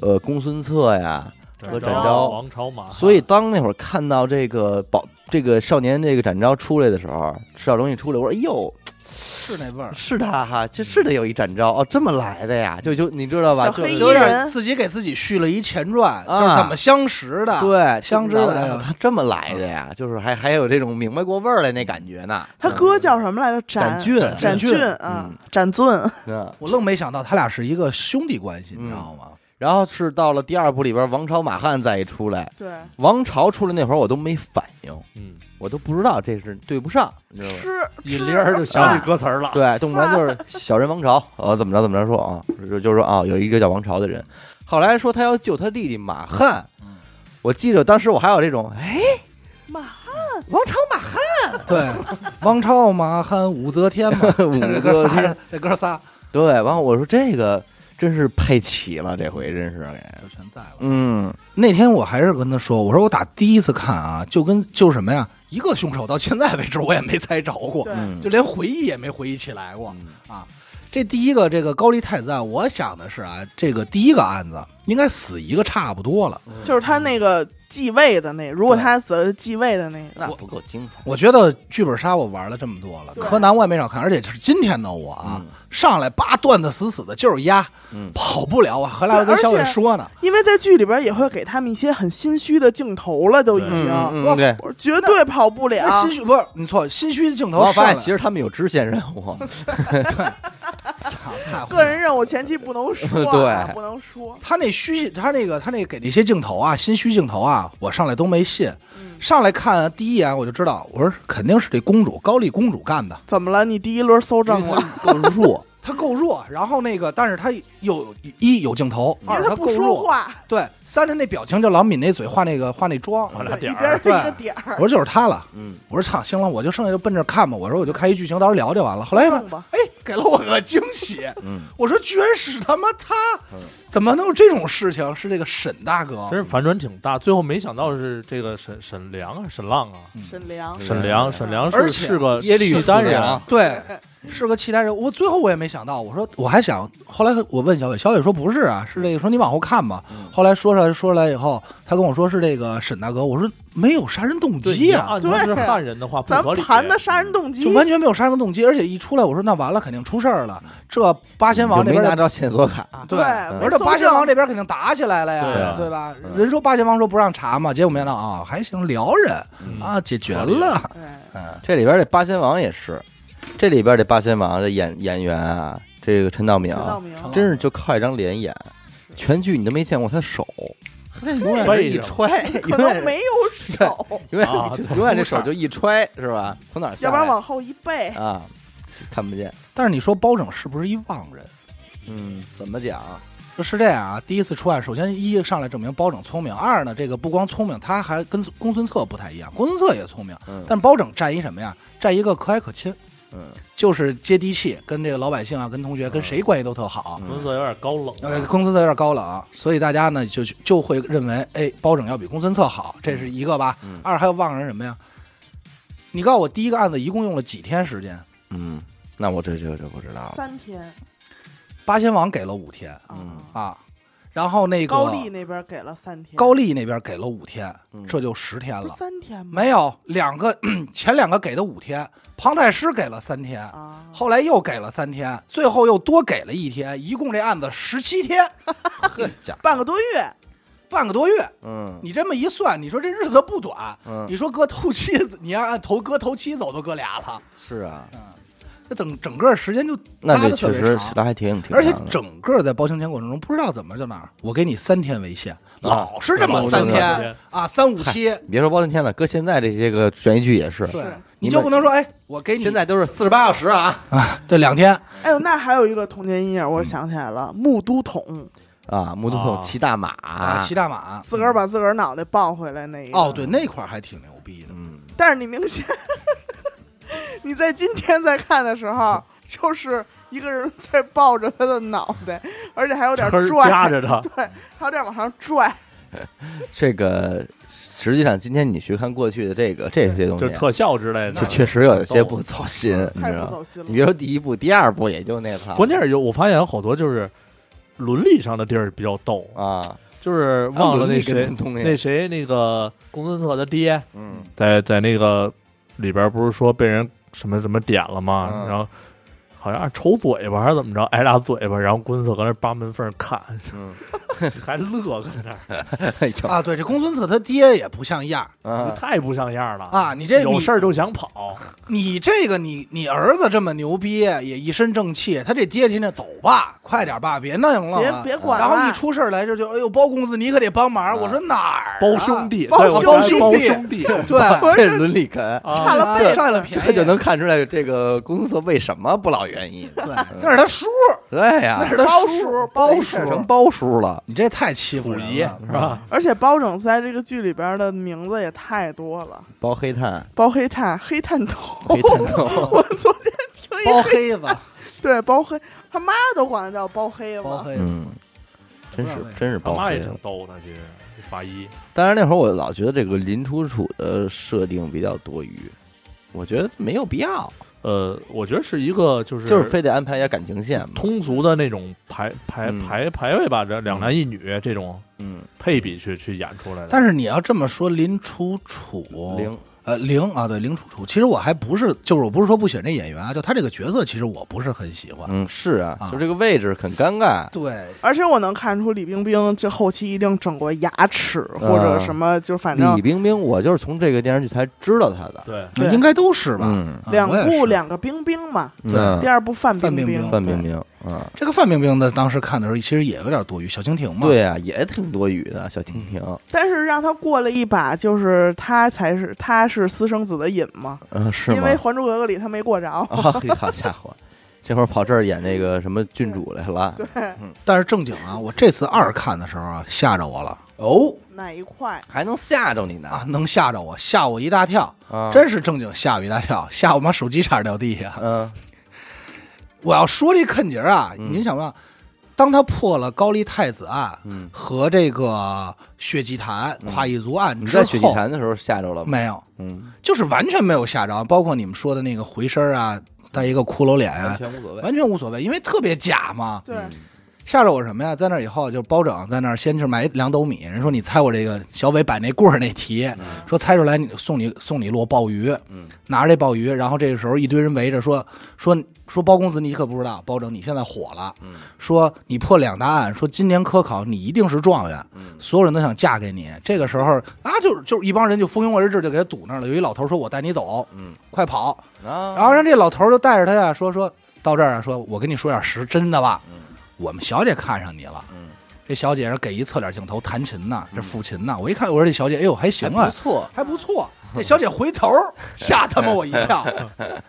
S1: 呃，公孙策呀。和展昭
S4: 王朝
S3: 啊
S4: 马汉，
S1: 所以当那会儿看到这个宝这个少年这个展昭出来的时候，赤小龙一出来，我说：“哎呦，
S2: 是那味儿，
S1: 是他哈，这是得有一展昭哦，这么来的呀！”就就你知道吧？
S3: 小
S1: 就
S3: 黑
S1: 是
S3: 衣
S2: 有点
S3: 人
S2: 自己给自己续了一前传，
S1: 啊
S2: 就是怎么相识的，
S1: 对，
S2: 相知
S1: 就
S2: 来
S1: 是
S2: 的
S1: 他这么来的呀，就是还还有这种明白过味儿来那感觉呢。嗯
S3: 他哥叫什么来着？展
S1: 展俊，
S3: 展
S2: 俊
S3: 啊，展俊，
S1: 嗯，
S2: 我愣没想到他俩是一个兄弟关系，你知道吗？
S1: 然后是到了第二部里边，王朝马汉再一出来，
S3: 对，
S1: 王朝出来那会儿，我都没反应，
S4: 嗯，
S1: 我都不知道这是对不上，你知道吗？
S3: 吃
S1: 一
S3: 吃
S1: 拎儿就
S4: 想
S3: 饭
S4: 起歌词儿 了，
S1: 对，动不然就是小人王朝，呃，怎么着怎么着说啊，就就说啊，有一个叫王朝的人，后来说他要救他弟弟马汉
S2: 嗯，
S1: 我记着当时我还有这种，哎，
S3: 妈
S1: 王朝马汉，
S2: 对，王朝马汉武则天嘛，这哥仨人，这哥仨
S1: 对，完后我说这个真是配齐了，这回真是给，
S2: 哎就全在了。
S1: 嗯，
S2: 那天我还是跟他说，我说我打第一次看啊，就跟就是什么呀，一个凶手到现在为止我也没猜着过，
S3: 对
S1: 嗯
S2: 就连回忆也没回忆起来过
S1: 嗯
S2: 啊。这第一个这个高丽太子案，我想的是啊，这个第一个案子应该死一个差不多了。
S3: 就是他那个继位的那，如果他死了是继位的那个，
S1: 那不够精彩。
S2: 我觉得剧本杀我玩了这么多了，
S3: 对嗯
S2: 柯南我也没少看，而且是今天的我啊，上来叭断的死死的，就是压，
S1: 嗯
S2: 跑不了啊。后来我
S3: 对
S2: 跟
S3: 而
S2: 小伟
S3: 且
S2: 说呢，
S3: 因为在剧里边也会给他们一些很心虚的镜头了，都已经，
S1: 嗯嗯
S2: 我
S1: 嗯，对。
S3: 我绝对啊跑不了
S2: 那。心虚不是你错，心虚的镜头
S1: 我
S2: 上
S1: 发
S2: 来
S1: 现其实他们有支线任务，
S2: 操太
S3: 个人任务前期不能说、 啊，
S1: 对
S3: 不能说。
S2: 他那虚，他那个他那给那些镜头啊，心虚镜头啊，我上来都没信。
S3: 嗯
S2: 上来看第一眼我就知道，我说肯定是这公主高丽公主干的，
S3: 怎么了？你第一轮搜证了？
S1: 够 弱，
S2: 她够弱。然后那个，但是她有一有镜头，
S3: 因
S2: 二
S3: 为
S2: 她
S3: 不
S2: 够
S3: 说
S2: 弱，
S3: 话，
S2: 对三她那表情就老抿那嘴画那个画那妆。
S4: 往俩
S3: 对一
S4: 点
S3: 边
S4: 儿
S3: 是一个点儿嗯
S2: 我。说就是她了，
S1: 嗯，
S2: 我说操，行了，我就剩下就奔这看吧。我说我就开一剧情，到时候聊就完了。后来一看
S3: 弄吧，
S2: 哎，给了我个惊喜。
S1: 嗯，
S2: 我说居然是他妈她，怎么能有这种事情？是这个沈大哥
S4: 真，是反转挺大。最后没想到是这个沈沈良啊，沈浪啊，
S3: 沈良，
S4: 沈良，沈良
S2: 而
S4: 是
S2: 且
S4: 是个
S1: 耶利与
S4: 契丹
S1: 楚
S4: 人
S2: 啊
S4: 啊
S1: 良，
S2: 对，是个契丹人。我最后我也没想到，我说我还想，后来我问小伟，小伟说不是啊，是这个，说你往后看吧。后来说出来说出来以后，他跟我说是这个沈大哥，我说没有杀人动
S4: 对，
S2: 机
S4: 你
S2: 啊，
S4: 按照是
S3: 对
S4: 汉人的话不
S3: 咱
S4: 合理。
S3: 盘的杀人动
S2: 就
S3: 机，
S2: 完全没有杀人动机，而且一出来我说那完了，肯定出事儿了。这八仙王
S1: 就
S2: 这
S1: 没
S2: 边
S1: 拿
S2: 的
S1: 着线索卡，
S3: 对，
S2: 我
S3: 没
S2: 说这
S3: 搜
S2: 八仙
S3: 证
S2: 王这边肯定打起来了呀，对
S4: 对啊
S2: 吧？
S1: 嗯
S2: 人说八仙王说不让查嘛，结果没想到啊，还行，撩人、
S1: 嗯
S2: 啊，解决
S4: 合理
S2: 了。
S3: 对
S1: 这里边这八仙王也是，这里边这八仙王的演演员啊，这个陈道明
S3: 陈
S1: 啊，
S3: 道明，
S1: 真是就靠一张脸演，全剧你都没见过他手，永远是
S4: 为
S1: 一
S4: 什么
S1: 揣，
S3: 可
S1: 永远
S3: 能
S1: 是
S3: 没有手，
S1: 永远
S4: 啊
S1: 就
S4: 对
S1: 永远这手就一揣是吧？从哪儿
S3: 要
S1: 下
S3: 不
S1: 来？
S3: 然往后一背，
S1: 啊，看不见。
S2: 但是你说包拯是不是一忘人？
S1: 嗯，怎么讲？
S2: 就是这样啊，第一次出案，首先一上来证明包拯聪明，二呢，这个不光聪明，他还跟公孙策不太一样，公孙策也聪明，
S1: 嗯
S2: 但包拯占一什么呀？占一个可蔼可亲，
S1: 嗯
S2: 就是接地气，跟这个老百姓啊，跟同学，跟谁关系都特好。
S4: 文色有点高冷
S2: 呃，
S4: 啊，
S2: 公孙策有点高冷、所以大家呢就就会认为，哎，包拯要比公孙策好，这是一个吧。
S1: 嗯
S2: 二还有忘人什么呀？你告诉我，第一个案子一共用了几天时间？
S1: 嗯，那我这这这不知道了。
S3: 三天
S2: 八仙王给了五天
S1: 嗯
S3: 啊。
S2: 啊，然后那个
S3: 高丽那边给了三天，
S2: 高丽那边给了五天，
S1: 嗯
S2: 这就十天
S3: 不
S2: 了
S3: 是。三天吗？
S2: 没有，两个 前两个给的五天，庞太师给了三天，
S3: 啊，
S2: 后来又给了三天，最后又多给了一天，一共这案子十七天，
S1: 呵 家伙，
S3: 半个多月，
S2: 半个多月。
S1: 嗯
S2: 你这么一算，你说这日子不短。
S1: 嗯，
S2: 你说搁头七，你要按头搁头七走，都搁俩了。
S1: 是啊，
S2: 那整整个时间就
S1: 那
S2: 拉
S1: 这
S2: 的
S1: 确
S2: 特别
S1: 实
S2: 长，
S1: 拉还挺挺
S2: 而且
S1: 长的
S2: 整个在包青天过程中，不知道怎么就哪儿，我给你三天为
S1: 啊
S2: 限，老是这么
S1: 老
S2: 三
S1: 是这么
S4: 三
S2: 天
S4: 天
S2: 啊，三五七，
S1: 你别说包青天了，搁现在这些个悬疑剧也是，
S2: 对
S3: 是，
S2: 你就不能说哎，我给你
S1: 现在都是四十八小时啊
S2: 这两天，
S3: 哎呦，那还有一个童年阴影，我想起来了，木都桶
S1: 啊！木头桶
S4: 啊
S1: 骑大马
S2: 啊，骑大马，
S3: 自个儿把自个儿脑袋抱回来那一个。
S2: 哦，对，那块儿还挺牛逼的。
S1: 嗯，
S3: 但是你明显， 你在今天在看的时候，就是一个人在抱着他的脑袋，而且还有点
S4: 坑
S3: 拽，
S4: 夹着的，
S3: 对，还有点往上拽，
S1: 这个实际上今天你去看过去的这个这些东
S4: 就
S1: 西
S4: 是，特效之类
S1: 这
S4: 的。
S1: 确实有一些不走心，你
S3: 太
S1: 知
S3: 不
S1: 道吗？
S3: 走心
S1: 哎你
S3: 了。
S1: 别说第一部、第二部也就那套，
S4: 关键是有我发现有好多就是伦理上的地儿比较逗，
S1: 啊，
S4: 就是忘了那
S1: 个
S4: 谁
S1: 东
S4: 那
S1: 西，
S4: 谁那个公孙策他爹
S1: 嗯
S4: 在在那个里边不是说被人什么什么点了吗？
S1: 嗯
S4: 然后好像是抽嘴巴还是怎么着，挨俩嘴巴，然后公孙策搁那扒门缝看，
S1: 嗯，
S4: 还乐搁那儿，
S1: 哎呦
S2: 啊，对，这公孙策他爹也不像样儿
S4: 你
S1: 啊，
S4: 太不像样了
S2: 嗯啊！！你这
S4: 有
S2: 你啊
S4: 事儿就想跑，
S2: 你这个你你儿子这么牛逼，也一身正气，他这爹天天走吧，快点吧，别弄
S3: 别
S2: 了。
S3: 别管了，
S2: 然后一出事儿来这就哎呦，包公子你可得帮忙。我说哪儿啊？
S4: 包兄弟，
S3: 包
S4: 对我
S2: 兄
S4: 想
S2: 弟
S4: 包兄 弟，
S2: 对，
S3: 不是
S1: 这伦理梗，
S4: 啊
S3: 差了辈
S2: 这
S3: 子，
S2: 占了便宜，
S1: 这就能看出来这个公司为什么不老愿意。
S2: 对，那是他叔，
S1: 对
S2: 那
S1: 呀，
S2: 是他
S3: 包
S2: 叔
S3: 叔，
S2: 包
S1: 这成
S2: 叔，
S1: 包叔了，
S2: 你这太欺负
S4: 溥
S2: 人
S4: 仪
S2: 了。嗯
S4: 是吧？
S3: 而且包拯在这个剧里边的名字也太多了，
S1: 包黑 炭，
S3: 包黑炭、黑炭头。
S1: 黑炭头，
S3: 我昨天听一
S2: 包黑子，
S3: 对包黑，他妈都管他叫包黑
S2: 包
S3: 嘛。
S2: 黑子，
S1: 嗯，真是
S2: 不知道为什么
S1: 真是
S4: 他
S1: 包
S4: 妈也
S1: 黑
S4: 挺
S1: 炭。
S4: 逗的，其实这法医
S1: 当然那会儿我老觉得这个林楚楚的设定比较多余，我觉得没有必要。
S4: 呃，我觉得是一个就是
S1: 就是非得安排一下感情线嘛。
S4: 通俗的那种排排
S1: 嗯
S4: 排排位吧，这两男一女这种
S1: 嗯，
S4: 配比去去演出来的。
S2: 但是你要这么说，林楚楚
S1: 零
S2: 呃零啊，对林楚楚，其实我还不是，就是我不是说不喜欢这演员啊，就他这个角色，其实我不是很喜欢。
S1: 嗯是啊
S2: 啊，
S1: 就这个位置很尴尬。
S2: 对，
S3: 而且我能看出李冰冰这后期一定整过牙齿或者什么，就反正
S1: 啊李冰冰，我就是从这个电视剧才知道她的。
S4: 对，
S3: 对
S2: 应该都是吧。
S1: 嗯，
S2: 啊
S3: 两
S2: 我也
S3: 部
S2: 是
S3: 两个冰冰嘛。
S1: 嗯
S3: 第二部范
S2: 范
S3: 冰
S2: 冰
S3: 冰，
S2: 冰
S1: 范冰冰啊，
S2: 这个范冰冰的当时看的时候，其实也有点多余，小蜻蜓嘛。
S1: 对啊，也挺多余的，小婷婷，
S3: 但是让他过了一把，就是他才是他是私生子的瘾嘛，
S1: 嗯，是
S3: 因
S1: 吗
S3: 为 《？还珠格格》里他没过着。
S1: 啊，嘿好家伙，这会儿跑这儿演那个什么郡主来了。
S3: 对，
S2: 但是正经啊，我这次二看的时候啊，吓着我了
S1: 哦，
S3: 哪一块？
S1: 还能吓着你呢
S2: 啊，能吓着我，吓我一大跳，
S1: 啊！
S2: 真是正经吓我一大跳，吓我妈手机差点掉地下。
S1: 嗯
S2: 我要说这肯节儿啊，
S1: 嗯
S2: 您想吧，当他破了高丽太子案
S1: 嗯，
S2: 和这个血祭坛跨一族案
S1: 你
S2: 之后，
S1: 在雪地坛的时候吓着了吗？
S2: 没有，
S1: 嗯，
S2: 就是完全没有吓着，包括你们说的那个回身儿啊，带一个骷髅脸
S1: 完
S2: 啊，
S1: 全无所谓。
S2: 完全无所谓，因为特别假嘛。
S3: 对，
S1: 嗯
S2: 吓着我什么呀？在那以后，就包拯在那儿先去买两斗米，人说你猜我这个小伟摆那棍儿那题，说猜出来你送你送你一摞鲍鱼，
S1: 嗯，
S2: 拿着这鲍鱼，然后这个时候一堆人围着说说说包公子你可不知道，包拯你现在火了，
S1: 嗯，
S2: 说你破两大案，说今年科考你一定是状元，
S1: 嗯
S2: 所有人都想嫁给你。这个时候啊，就是就是一帮人就蜂拥而至，就给他堵那儿了。有一老头说：“我带你走，
S1: 嗯，
S2: 快跑！”
S1: 啊，
S2: 然后让这老头就带着他呀，说说到这儿啊，说我跟你说点实真的吧，
S1: 嗯
S2: 我们小姐看上你了。
S1: 嗯，
S2: 这小姐是给一侧脸镜头弹琴呢，这抚琴呢。我一看，我说这小姐，哎呦，还行
S1: 还
S2: 啊
S1: 不，错，
S2: 嗯还不错。这小姐回头 吓他妈我一跳，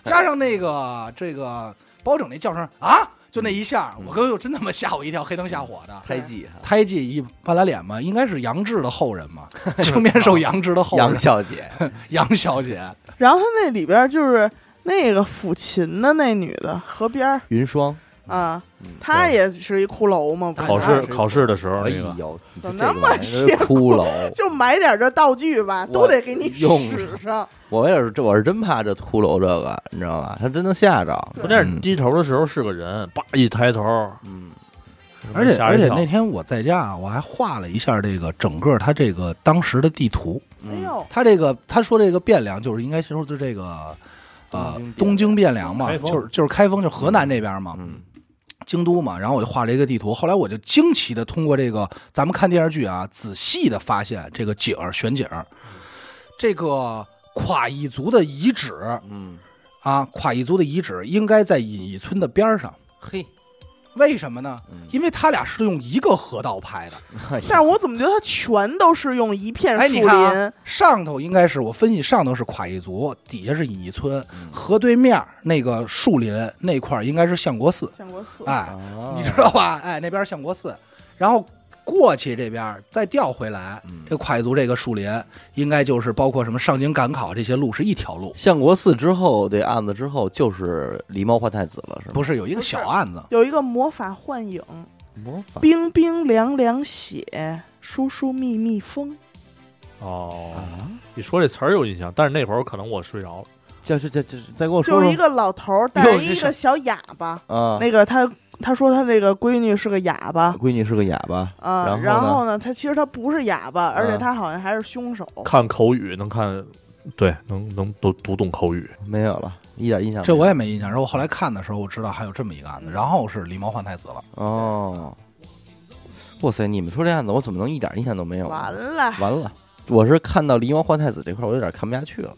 S2: 加上那个这个包拯那叫声啊，就那一下，我哥又真他妈吓我一跳，黑灯瞎火的。
S1: 胎记哈，
S2: 胎记一半拉脸嘛，应该是杨志的后人 嘛，青面兽杨志的后
S1: 杨
S2: 人
S1: 小姐，
S2: 杨小姐，
S3: 然后他那里边就是那个抚琴的那女的，河边儿
S1: 云霜，
S3: 啊，
S1: 嗯
S3: 她
S4: 对
S3: 也是一骷髅嘛，不是
S2: 哎
S4: 考试
S2: 那是
S4: 考试的时候
S1: 哎
S4: 那个，
S1: 呦，你
S3: 怎么
S1: 这
S3: 那么
S1: 玩意儿
S3: 邪
S1: 骷髅？
S3: 就买点这道具吧，
S1: 我
S3: 都得给你
S1: 用
S3: 使上。
S1: 我也是，这我是真怕这骷髅这个，你知道吧？他真能吓着。
S3: 对
S4: 关键是低头的时候是个人，叭一抬头，
S1: 嗯，
S2: 而且
S4: 吓
S2: 而
S4: 人
S2: 且
S4: 一跳
S2: 那天我在家啊，我还画了一下这个整个他这个当时的地图。
S1: 嗯
S3: 哎呦，
S2: 他这个他说这个汴梁就是应该说是这个呃东
S1: 东京
S2: 京汴梁嘛，
S4: 开封
S2: 就是就是开封，就河南这边嘛，
S1: 嗯
S2: 京都嘛。然后我就画了一个地图，后来我就惊奇的通过这个咱们看电视剧啊，仔细的发现这个景儿选景儿，这个垮一族的遗址
S1: 嗯，
S2: 啊，垮一族的遗址应该在隐逸村的边儿上，
S1: 嘿，
S2: 为什么呢？
S1: 嗯
S2: 因为他俩是用一个河道拍的。
S3: 但是我怎么觉得它全都是用一片
S2: 哎，
S3: 树
S2: 你
S3: 林？
S2: 看啊，上头应该是我分析，上头是垮一族，底下是隐逸村，河对面儿那个树林那块儿应该是相国寺，
S3: 建国寺，
S2: 哎，
S1: 啊
S2: 你知道吧？哎，那边儿相国寺，然后过去这边儿再调回来，
S1: 嗯
S2: 这垮一族这个树林应该就是包括什么上京赶考这些路是一条路，
S1: 相国寺之后，这案子之后就是狸猫换太子了，是吗？
S2: 不是有一个小案子，
S3: 有一个魔法幻影，
S1: 魔法
S3: 冰冰凉凉血，疏疏密密风。
S1: 啊
S4: 哦，你说这词儿有印象，但是那会儿可能我睡着了。
S1: 就是这这再给我
S3: 就
S1: 说
S3: 是
S1: 说
S3: 一个老头儿带
S2: 哟
S3: 着
S2: 这
S3: 一
S2: 是
S3: 个小哑巴，
S1: 啊，
S3: 那个他他说他那个闺女是个哑巴
S1: 闺女是个哑巴，
S3: 啊、
S1: 然后呢
S3: 然后呢，他其实他不是哑巴，而且
S1: 嗯
S3: 他好像还是凶手。
S4: 看口语能看，对，能能读读懂口语。
S1: 没有了，一点印象没有。
S2: 这我也没印象。然后我后来看的时候，我知道还有这么一个案子，
S3: 嗯
S2: 然后是狸猫换太子了。
S1: 哦，哇塞，你们说这案子我怎么能一点印象都没有呢？啊
S3: 完了，
S1: 完了，我是看到狸猫换太子这块儿，我有点看不下去了，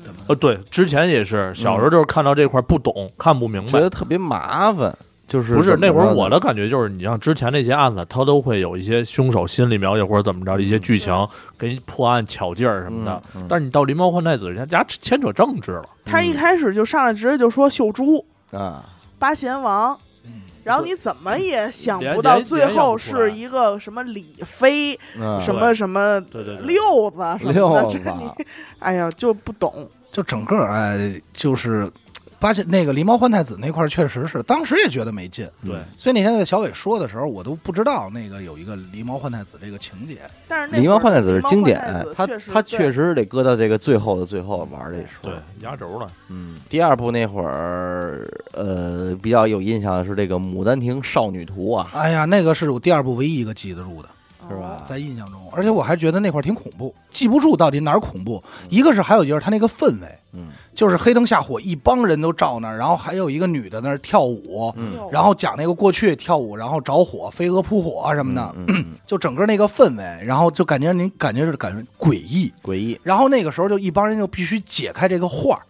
S2: 怎么？
S4: 呃，对，之前也是小时候就是看到这块儿不懂，看不明
S1: 嗯觉
S4: 白。
S1: 得特别麻烦。就是
S4: 不是
S1: 怎么
S4: 那会儿
S1: 着呢
S4: 我的感觉就是，你像之前那些案子，他都会有一些凶手心理描写或者怎么着的一些剧情，给你破案巧劲儿什么的。，
S1: 嗯嗯嗯
S4: 但是你到狸猫换太子，人家牵扯政治了，
S3: 他一开始就上来直接就说秀珠
S1: 啊，
S3: 八贤王。
S2: 嗯
S3: 然后你怎么也想不到，
S4: 连
S3: 最后
S4: 联联想不出
S3: 是
S4: 来
S3: 一个什么李飞，
S1: 嗯
S3: 什么什么
S4: 对对对
S3: 六子什么
S1: 六
S3: 的，
S1: 子
S3: 这你，哎呀就不懂。
S2: 就整个哎，就是八千那个狸猫换太子那块儿确实是，当时也觉得没劲。
S4: 对，
S2: 所以那天在小伟说的时候，我都不知道那个有一个狸猫换太子这个情节。
S3: 但是
S1: 狸猫换太子是经典，
S3: 他
S1: 他他确实得搁到这个最后的最后玩这一出。
S4: 对，压轴了。
S1: 嗯，第二部那会儿，呃，比较有印象的是这个《牡丹亭少女图》啊，
S2: 哎呀，那个是我第二部唯一一个记得住的，
S1: 是吧？
S2: 在印象中，而且我还觉得那块儿挺恐怖，记不住到底哪儿恐怖。一个是还有就是他那个氛围，
S1: 嗯，
S2: 就是黑灯瞎火，一帮人都照那儿，然后还有一个女的那儿跳舞，
S3: 哎哦
S1: 嗯
S2: 然后讲那个过去跳舞，然后着火、飞蛾扑火啊什么的，
S1: 嗯嗯
S2: 就整个那个氛围，然后就感觉您感觉是感觉诡异。
S1: 诡异，
S2: 然后那个时候就一帮人就必须解开这个画儿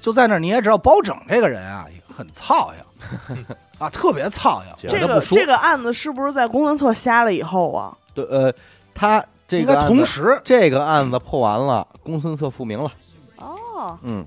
S2: 就在那儿你也知道包拯这个人啊很操性 啊，特别操性。
S4: 姐
S3: 这
S4: 这
S3: 个
S4: 不说
S3: 这个案子是不是在公安厕瞎了以后啊？
S1: 对，呃，他这
S2: 应
S1: 个
S2: 该
S1: 案
S2: 同
S1: 子
S2: 时
S1: 这个案子破完了，公孙策复明了，
S3: 哦，
S1: 嗯，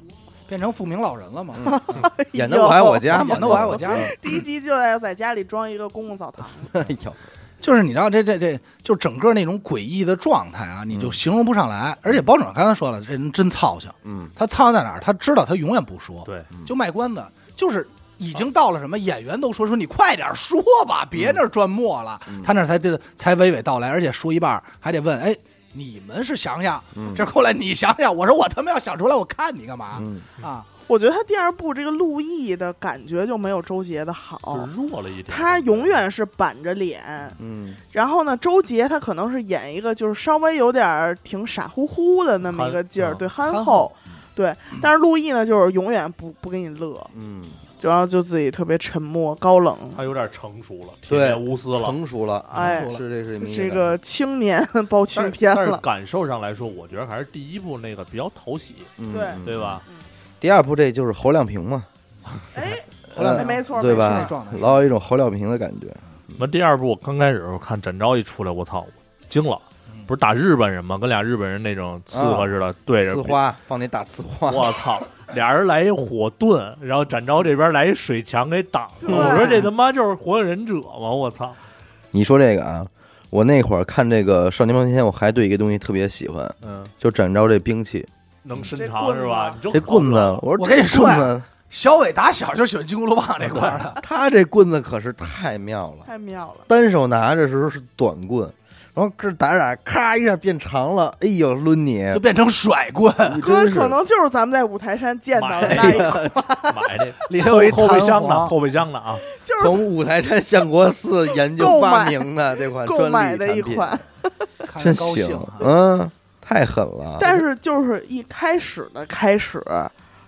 S2: 变成复明老人了嘛，
S1: 演的我爱我家嘛，
S2: 演的我爱我家嘛。
S3: 第一集就要在家里装一个公共澡堂，
S1: 哎呦，
S2: 就是你知道这这这就整个那种诡异的状态啊，你就形容不上来。而且包拯刚才说了，这人真操性，
S1: 嗯，
S2: 他操性在哪儿？他知道他永远不说，
S4: 对，
S2: 就卖关子，就是已经到了什么演员都说说你快点说吧，
S1: 嗯
S2: 别那儿转磨了，他那儿才得才娓娓道来，而且说一半儿还得问哎。你们是想想，这后来你想想，我说我他妈要想出来，我看你干嘛、
S1: 嗯
S2: 啊？
S3: 我觉得他第二部这个陆毅的感觉就没有周杰的
S4: 就
S3: 好，
S4: 弱了一点。
S3: 哦他永远是板着脸，
S1: 嗯，
S3: 然后呢，周杰他可能是演一个就是稍微有点儿挺傻乎乎的那么一个劲
S1: 嗯
S3: 儿，
S4: 憨
S3: 对憨厚
S2: 憨厚，
S3: 对。但是陆毅呢，就是永远不不给你乐，
S1: 嗯，
S3: 然后就自己特别沉默、高冷，
S4: 他有点成熟了，铁
S1: 对
S4: 面无私了。
S1: 成熟了，
S3: 哎
S1: 成熟了是这是明
S3: 这
S1: 显的
S3: 个青年 包
S4: 但
S3: 青
S4: 是
S3: 天
S4: 但是
S3: 了。
S4: 感受上来说，我觉得还是第一部那个比较讨喜，
S1: 嗯
S3: 对
S1: 嗯
S4: 对吧？
S1: 第二部这就是侯亮平嘛，
S3: 哎，
S2: 后来
S1: 嗯
S3: 没错，
S1: 对
S2: 那
S1: 吧
S3: 没错
S2: 状态
S1: 老有一种侯亮平的感觉，
S4: 那第二部我刚开始我看展昭一出来，我操，惊了！不是打日本人吗？跟俩日本人那种刺
S1: 啊
S4: 客似的对着
S1: 呲，花放那大呲花，
S4: 我操！俩人来一火盾，然后展昭这边来一水墙给挡了。
S3: 对
S4: 我说这他妈就是火影忍者吗？我操！
S1: 你说这个啊，我那会儿看这个《少年包青天》，我还对一个东西特别喜欢，
S4: 嗯，
S1: 就展昭这兵器，
S4: 能伸
S3: 这
S4: 长
S3: 棍子
S4: 是吧？你就
S1: 这棍子
S4: 好了，
S1: 我说
S2: 我跟你
S1: 这
S2: 说
S1: 棍
S2: 呀
S1: 子，
S2: 小伟打小就喜欢金箍噜棒这块儿的，
S1: 他这棍子可是太妙了，
S3: 太妙了。
S1: 单手拿着时候是短棍，然后这打打，咔一下变长了，哎呦抡你，
S2: 就变成甩棍，
S1: 你
S3: 哥
S1: 真是
S3: 可能就是咱们在五台山见到的
S1: 哎
S3: 那一
S4: 买
S3: 款，
S4: 买这
S2: 里头有一
S4: 后备箱
S2: 弹
S4: 的
S2: 簧
S4: 后备箱的啊，
S3: 就是
S1: 从五台山相国寺研究
S3: 购买
S1: 发明的这 款
S3: 购买
S1: 专利
S3: 的一
S1: 产品
S3: 款。
S2: 看 着
S1: 真
S2: 高兴
S1: 行
S2: 啊，
S1: 嗯，太狠了。
S3: 但是就是一开始的开始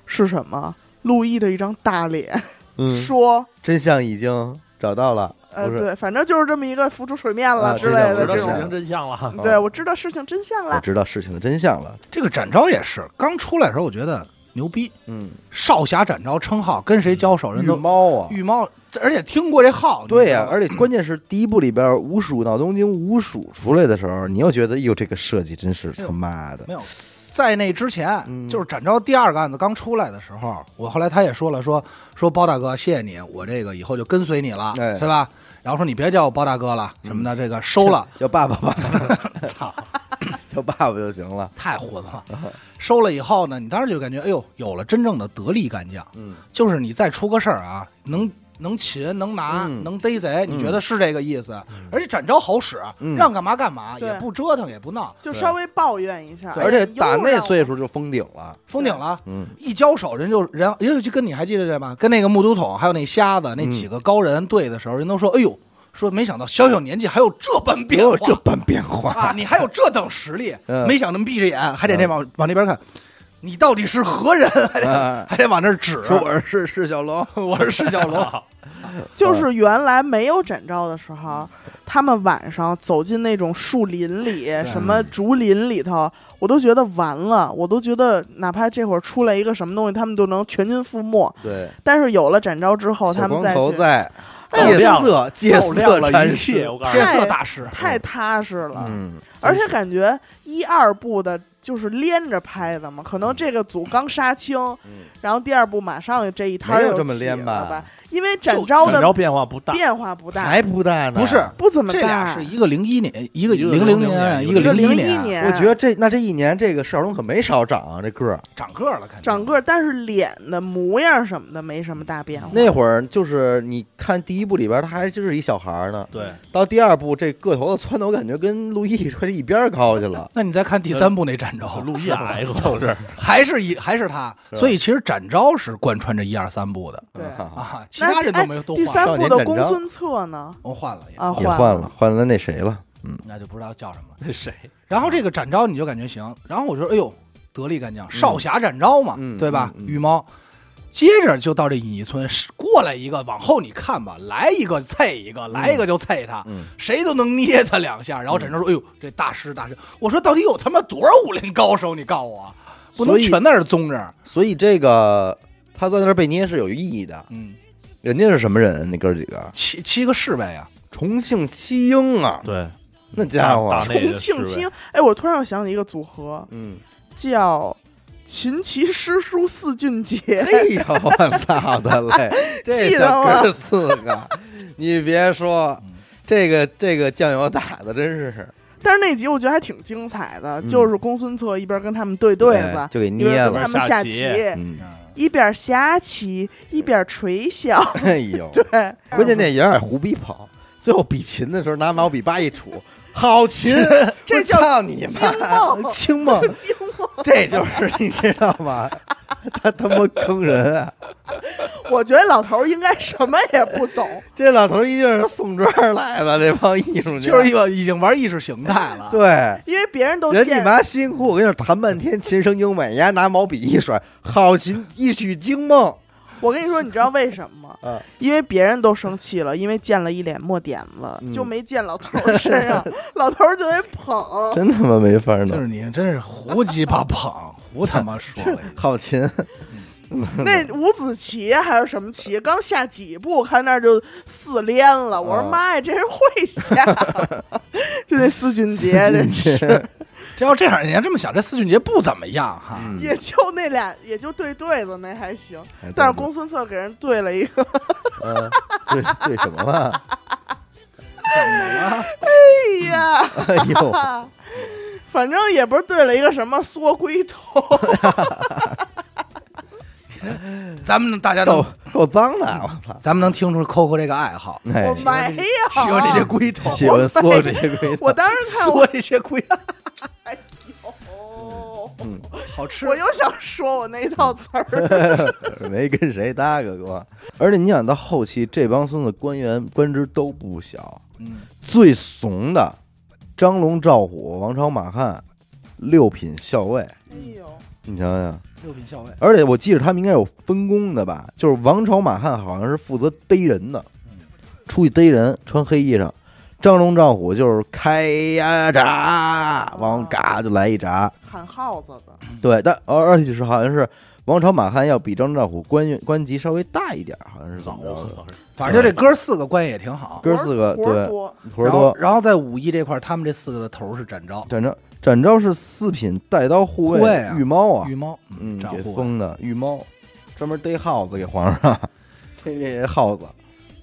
S3: 是什么？陆毅的一张大脸，
S1: 嗯，
S3: 说。
S1: 真相已经找到了，
S3: 呃，
S1: 不是
S3: 对，反正就是这么一个浮出水面了
S1: 啊
S3: 之类的
S4: 知
S1: 知
S4: 道
S3: 这
S4: 事
S1: 道啊
S3: 种，
S4: 情真相了。
S1: 道
S3: 对我知道事情真相
S1: 我
S3: 了。
S1: 知道事情的真相了。
S2: 这个展昭也是刚出来的时候，我觉得牛逼，
S1: 嗯，
S2: 少侠展昭称号，跟谁交手人
S1: 御
S2: 都
S1: 猫啊，
S2: 御猫，而且听过这号，
S1: 对呀、
S2: 呀、
S1: 而且关键是第一部里边五鼠闹东京五鼠出来的时候，你又觉得哟，这个设计真是
S2: 哎呦
S1: 他妈 的
S2: 没，有。在那之前，
S1: 嗯
S2: 就是展昭第二个案子刚出来的时候，我后来他也说了，说说包大哥，谢谢你，我这个以后就跟随你了，
S1: 哎
S2: 对吧？然后说你别叫我包大哥了，什么的，这个 收了，
S1: 叫爸爸吧，
S2: 操，
S1: 叫爸爸就行了。
S2: 太混了。 收了以后呢，你当时就感觉，哎呦，有了真正的得力干将，
S1: 嗯，
S2: 就是你再出个事儿啊，能能擒能拿、
S1: 嗯
S2: 能逮贼，你
S1: 嗯
S2: 觉得是这个意思？而且展昭好使，啊
S1: 嗯
S2: 让干嘛干嘛，
S3: 对
S2: 也不折腾也不闹，
S3: 就稍微抱怨一下，哎
S1: 而且打那岁
S3: 数，
S1: 数就封顶了。
S2: 封顶了。
S1: 嗯，
S2: 一交手，人就人人就跟你还记得这吗？跟那个木都统还有那瞎子那
S1: 嗯
S2: 几个高人对的时候，人都说：“哎呦，说没想到小小年纪还有这般变
S1: 有
S2: 化，
S1: 这般变化，
S2: 啊，你还有这等实力，
S1: 嗯
S2: 没想那么闭着眼，还得那往、往那边看，你到底是何人？ 还
S4: 哎
S2: 得、
S1: 嗯
S2: 还得往那儿指，
S1: 说我是释小龙，
S2: 我是释小龙，
S1: 嗯
S3: 就是原来没有展昭的时候，他们晚上走进那种树林里，什
S1: 嗯
S3: 么竹林里头，我都觉得完了，我都觉得哪怕这会儿出来一个什么东西，他们都能全军覆没。
S1: 对，
S3: 但是有了展昭之后，他
S1: 小
S3: 们
S1: 光
S3: 再
S1: 头
S3: 去
S1: 在
S4: 照
S1: 戒
S4: 亮
S1: 色，戒
S4: 照亮
S1: 色
S4: 了一
S1: 禅
S4: 切，
S1: 师，
S4: 我告诉
S2: 戒
S4: 你，
S2: 色大师。
S3: 太踏实了，
S1: 嗯，
S3: 而且感觉一二部的就是连着拍的嘛，可能这个组刚杀青，
S1: 嗯
S3: 然后第二部马上这一摊儿
S1: 没有
S3: 又
S1: 这么
S3: 起
S1: 连
S3: 了
S1: 吧
S3: 吧？因为展昭
S4: 怎么着
S3: 的
S4: 变化不大，
S3: 变化不大
S1: 还，不大呢？
S2: 不是，
S3: 不怎么
S2: 这俩
S3: 大
S2: 是。一个零一年，一个
S4: 一个
S2: 零
S4: 00
S2: 年，
S4: 年
S2: 一
S4: 一个
S2: 零
S3: 零
S2: 年，
S3: 年，
S1: 我觉得这那这一年这个邵龙可没少长啊，这个儿。
S2: 长个儿了，肯定。
S3: 长个儿，但是脸的模样什么的没什么大变化。
S1: 那会儿就是你看第一部里边，他还就是一小孩儿呢，
S4: 对，
S1: 到第二部这个头子窜的，我感觉跟陆毅快一边儿高去 了
S2: 那你再看第三部那展昭，
S4: 路易矮合是
S2: 还是一还是他，
S1: 是
S2: 所以其实展昭是贯穿着一二三部的
S3: 对，
S2: 啊，其
S3: 那
S2: 他人
S3: 第
S2: 都
S3: 哎
S2: 没有都
S3: 第
S2: 换
S3: 三
S2: 了，
S1: 少
S3: 部
S1: 年
S3: 的
S1: 展
S3: 公
S1: 昭
S3: 孙策呢？
S2: 都换了也，
S3: 啊，
S1: 也换
S3: 换
S1: 了，，换了那谁了？
S2: 那就不知道叫什么了。
S4: 那谁？
S2: 然后这个展昭你就感觉行，然后我就说哎呦，得力干将，少侠展昭嘛，
S1: 嗯
S2: 对吧？
S1: 嗯嗯
S2: 羽毛。接着就到这隐逸村，是过来一个，往后你看吧，来一个啐一个，来一个就啐他，
S1: 嗯
S2: 谁都能捏他两下。然后展昭说：“哎呦，这大师大师！”我说：“到底有他妈多少武林高手？你告诉我，不能
S1: 所以
S2: 全在这儿宗着。
S1: 所以这个他在那儿被捏是有意义的”。
S2: 嗯，
S1: 人家是什么人？那哥儿几个，
S2: 七七个侍卫啊，
S1: 重庆七英啊，
S4: 对，
S1: 那家伙，
S4: 大大
S3: 重庆清。哎，我突然又想起一个组合，
S1: 嗯，
S3: 叫琴棋诗书四俊杰。
S1: 哎呀，我操的嘞！这
S3: 记得
S1: 小
S3: 吗
S1: 哥儿四个， 你别说，这个这个酱油打的真是
S3: 但是那集我觉得还挺精彩的，
S1: 嗯
S3: 就是公孙策一边跟他们对对
S1: 哎
S3: 子，
S1: 就给
S3: 一边
S1: 捏
S3: 跟
S1: 了。
S3: 他们下棋，
S1: 嗯，
S3: 一边下棋一边垂笑。
S1: 哎呦，
S3: 对，
S1: 关键那爷儿还胡逼跑，最后比琴的时候拿毛笔叭一杵，好 琴！
S3: 这
S1: 我
S3: 叫
S1: 操你妈！ 清梦，
S3: 惊我，
S1: 这就是你知道吗？ 他他妈坑人啊！
S3: 我觉得老头儿应该什么也不懂。
S1: 这老头一定是宋庄来的，这帮艺术家
S2: 就是一个已经玩意识形态了。
S1: 对。
S3: 因为别人都
S1: 人你
S3: 见
S1: 妈辛苦，我跟你弹半天琴声优美，人家拿毛笔一甩，好琴一曲惊梦。
S3: 我跟你说，你知道为什么吗？
S1: 嗯
S3: 因为别人都生气了，因为见了一脸墨点子，
S1: 嗯
S3: 就没见老头儿身上，老头儿就得捧。
S1: 真他妈没法
S2: 就是。你真是胡鸡巴捧， 胡他妈说了。
S1: 好琴，
S3: 那伍子棋还是什么棋，刚下几步，看那儿就四连了。我说
S1: 嗯
S3: 妈呀，这人会下，就那司俊杰，这是
S2: 这要这样，你要这么想，这四俊杰不怎么样哈。
S3: 也就那俩，也就对对子那还行。但是公孙策给人对了一个，
S1: 嗯，对对什么啊了？
S3: 哎呀，
S1: 哎呦，
S3: 反正也不是对了一个什么缩龟头，
S2: 咱们大家都
S1: 够够脏的，啊我操！
S2: 咱们能听出 Coco 这个爱 好，
S1: 哎
S3: 我没有，
S2: 喜欢这些龟头，
S1: 喜欢缩这些龟头
S3: 我当时看
S2: 缩
S3: 我，
S2: 这些龟，
S3: 哎呦，
S2: 好吃
S3: 哦我。又想说我那一套词儿，
S1: 没跟谁搭个过。而且你想到后期，这帮孙子官员官职都不小，
S2: 嗯，
S1: 最怂的张龙、赵虎、王朝、马汉，六品校尉，
S3: 哎呦，
S1: 你想想。
S2: 六品校尉，
S1: 而且我记得他们应该有分工的吧？就是王朝、马汉好像是负责逮人的，出去逮人，穿黑衣裳。张龙、赵虎就是开呀闸，往嘎就来一闸。
S3: 喊耗子的，
S1: 对，但而而且是好像是王朝马汉要比张兆虎官员官级稍微大一点儿，好像是怎
S4: 早
S1: 么着的？
S2: 反正就这哥四个关系也挺好。
S1: 哥四个
S3: 活儿
S1: 对
S3: 多，
S1: 活儿
S2: 然后
S1: 多。
S2: 然后在武艺这块儿，他们这四个的头儿是展昭、
S1: 展昭展昭是四品带刀护
S2: 护卫啊
S1: 御猫啊
S2: 御，猫，
S1: 嗯，
S2: 展
S1: 给
S2: 护卫。
S1: 封的御猫，专门逮耗子给皇上， 逮这些耗子。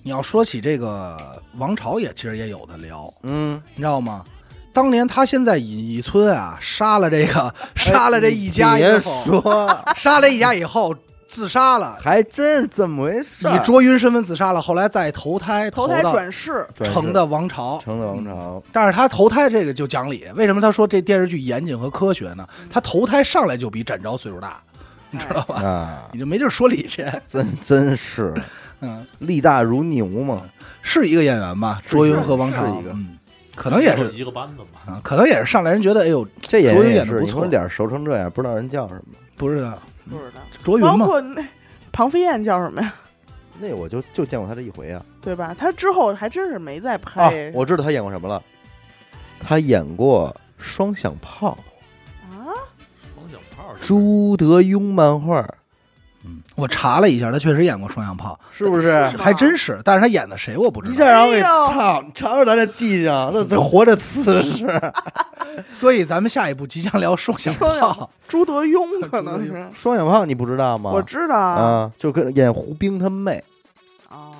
S2: 你要说起这个王朝也，其实也有的聊，
S1: 嗯，
S2: 你知道吗？当年他先在隐逸村啊杀了这 个杀了这一家
S1: 哎别
S2: 之后，
S1: 说，
S2: 杀了一家以后自杀了，
S1: 还真是这么回事儿。
S2: 以捉晕身份自杀了，后来再投胎
S3: 投胎
S2: 到
S3: 转世，
S1: 转世
S2: 成的王朝。
S1: 成的王朝，
S2: 但是他投胎这个就讲理，为什么他说这电视剧严谨和科学呢？
S3: 嗯
S2: 他投胎上来就比展昭岁数大，你知
S3: 哎
S2: 道吧？
S1: 啊，
S2: 你就没地儿说理去。
S1: 真真是
S2: 嗯，
S1: 力大如牛嘛。
S2: 是一个演员吧？卓云和王朝，
S1: 是一个
S2: 嗯，可能也是
S4: 一个班子嘛。
S2: 啊，可能也是上来人觉得，哎呦，
S1: 这演
S2: 卓
S1: 员
S2: 越
S1: 也
S2: 演得
S1: 是，
S2: 不
S1: 你
S2: 错
S1: 说脸熟成这样，不知道人叫什么。
S2: 不是的
S3: 不知道，
S1: 哎
S2: 卓云
S3: 包
S2: 嘛，
S3: 括那庞飞燕叫什么呀？
S1: 那我就就见过他这一回啊。
S3: 对吧？他之后还真是没再
S1: 啊
S3: 拍，
S1: 我知道他演过什么了，他演过《双响炮
S3: 啊，
S4: 双响炮》，
S1: 朱德庸漫画，
S2: 嗯我查了一下，他确实演过《双响炮
S1: 是不
S3: 是》，吗
S2: 还真是，但是他演的谁我不
S1: 一
S2: 知
S1: 下
S2: 道。
S1: 让我给
S3: 哎呦
S1: 操，你尝尝咱这记性，那这活着瓷实。
S2: 所以咱们下一步即将聊《双响炮
S3: 双响》，朱德 庸可能
S1: 啊
S2: 朱德
S3: 是，
S1: 双响炮你不知道吗？
S3: 我知道啊
S1: 啊，就跟演胡兵他妹，
S3: 啊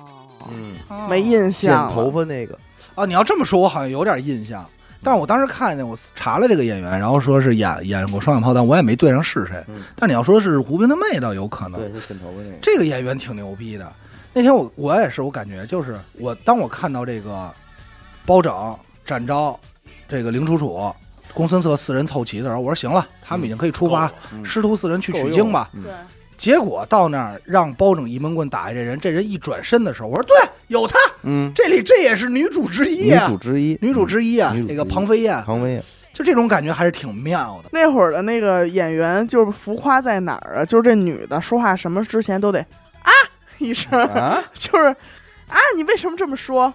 S1: 嗯，
S2: 啊
S3: 没印
S1: 剪
S3: 象
S1: 头
S3: 了。
S1: 发那个，
S2: 啊！你要这么说，我好像有点印象，但是我当时看见我查了这个演员，然后说是演演过《双响炮弹》，我也没对上是谁。
S1: 嗯
S2: 但你要说是胡兵的妹，倒有可能。
S1: 对，是剪头发那个。
S2: 这个演员挺牛逼的。那天我我也是，我感觉就是我当我看到这个包拯、展昭、这个凌楚楚、公孙策四人凑齐的时候，我说行了，他们已经可以出发，
S1: 嗯
S2: 师徒四人去取经吧。
S1: 嗯
S3: 对，
S2: 结果到那儿让包拯一闷棍打下这人，这人一转身的时候，我说对，有他，
S1: 嗯，
S2: 这里这也是女主之一
S1: 女
S2: 啊
S1: 主，之一，
S2: 女主之一啊
S1: 嗯女主，之
S2: 这
S1: 一
S2: 个庞飞燕，
S1: 唐薇，
S2: 就这种感觉还是挺妙的。
S3: 那会儿的那个演员就是浮夸在哪儿啊？就是这女的说话什么之前都得啊一声，
S1: 啊，
S3: 就是啊，你为什么这么说？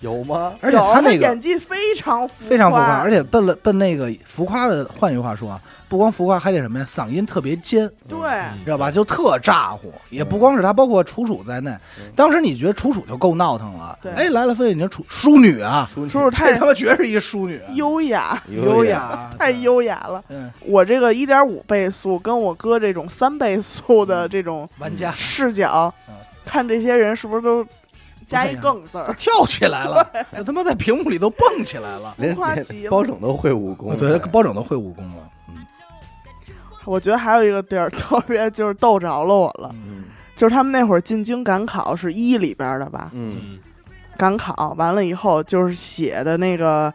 S1: 有吗？
S2: 而且
S3: 有
S2: 他那个
S3: 演技非常浮
S2: 非常浮夸，而且奔了奔那个浮夸的，换句话说啊，不光浮夸，还得什么呀？嗓音特别尖，
S3: 对，
S4: 嗯
S2: 知道吧？就特咋呼。也不光是他，包括楚楚在内。当时你觉得楚楚就够闹腾了，
S3: 对
S2: 哎，来了飞，你说楚淑女哎啊，
S1: 叔
S3: 叔叔
S2: 这
S3: 太
S2: 他妈绝是一淑女，
S3: 优雅，
S2: 优，雅，
S3: 太优雅了。
S2: 嗯，
S3: 我这个一点五倍速跟我哥这种三倍速的这种
S2: 玩家
S3: 视角
S2: 嗯，
S3: 看这些人是不是都加一
S2: 不太一样
S3: 更字
S2: 都
S3: 儿？
S2: 跳起来了，就他妈在屏幕里都蹦起来了。
S1: 连
S3: 浮夸极了
S1: 包拯都会武功
S2: 我
S1: 了，
S2: 觉得包拯都会武功了，嗯，
S3: 我觉得还有一个地儿特别就是逗着了我了，
S1: 嗯
S3: 就是他们那会儿进京赶考是一里边儿的吧？
S1: 嗯，
S4: 嗯
S3: 赶考完了以后就是写的那个。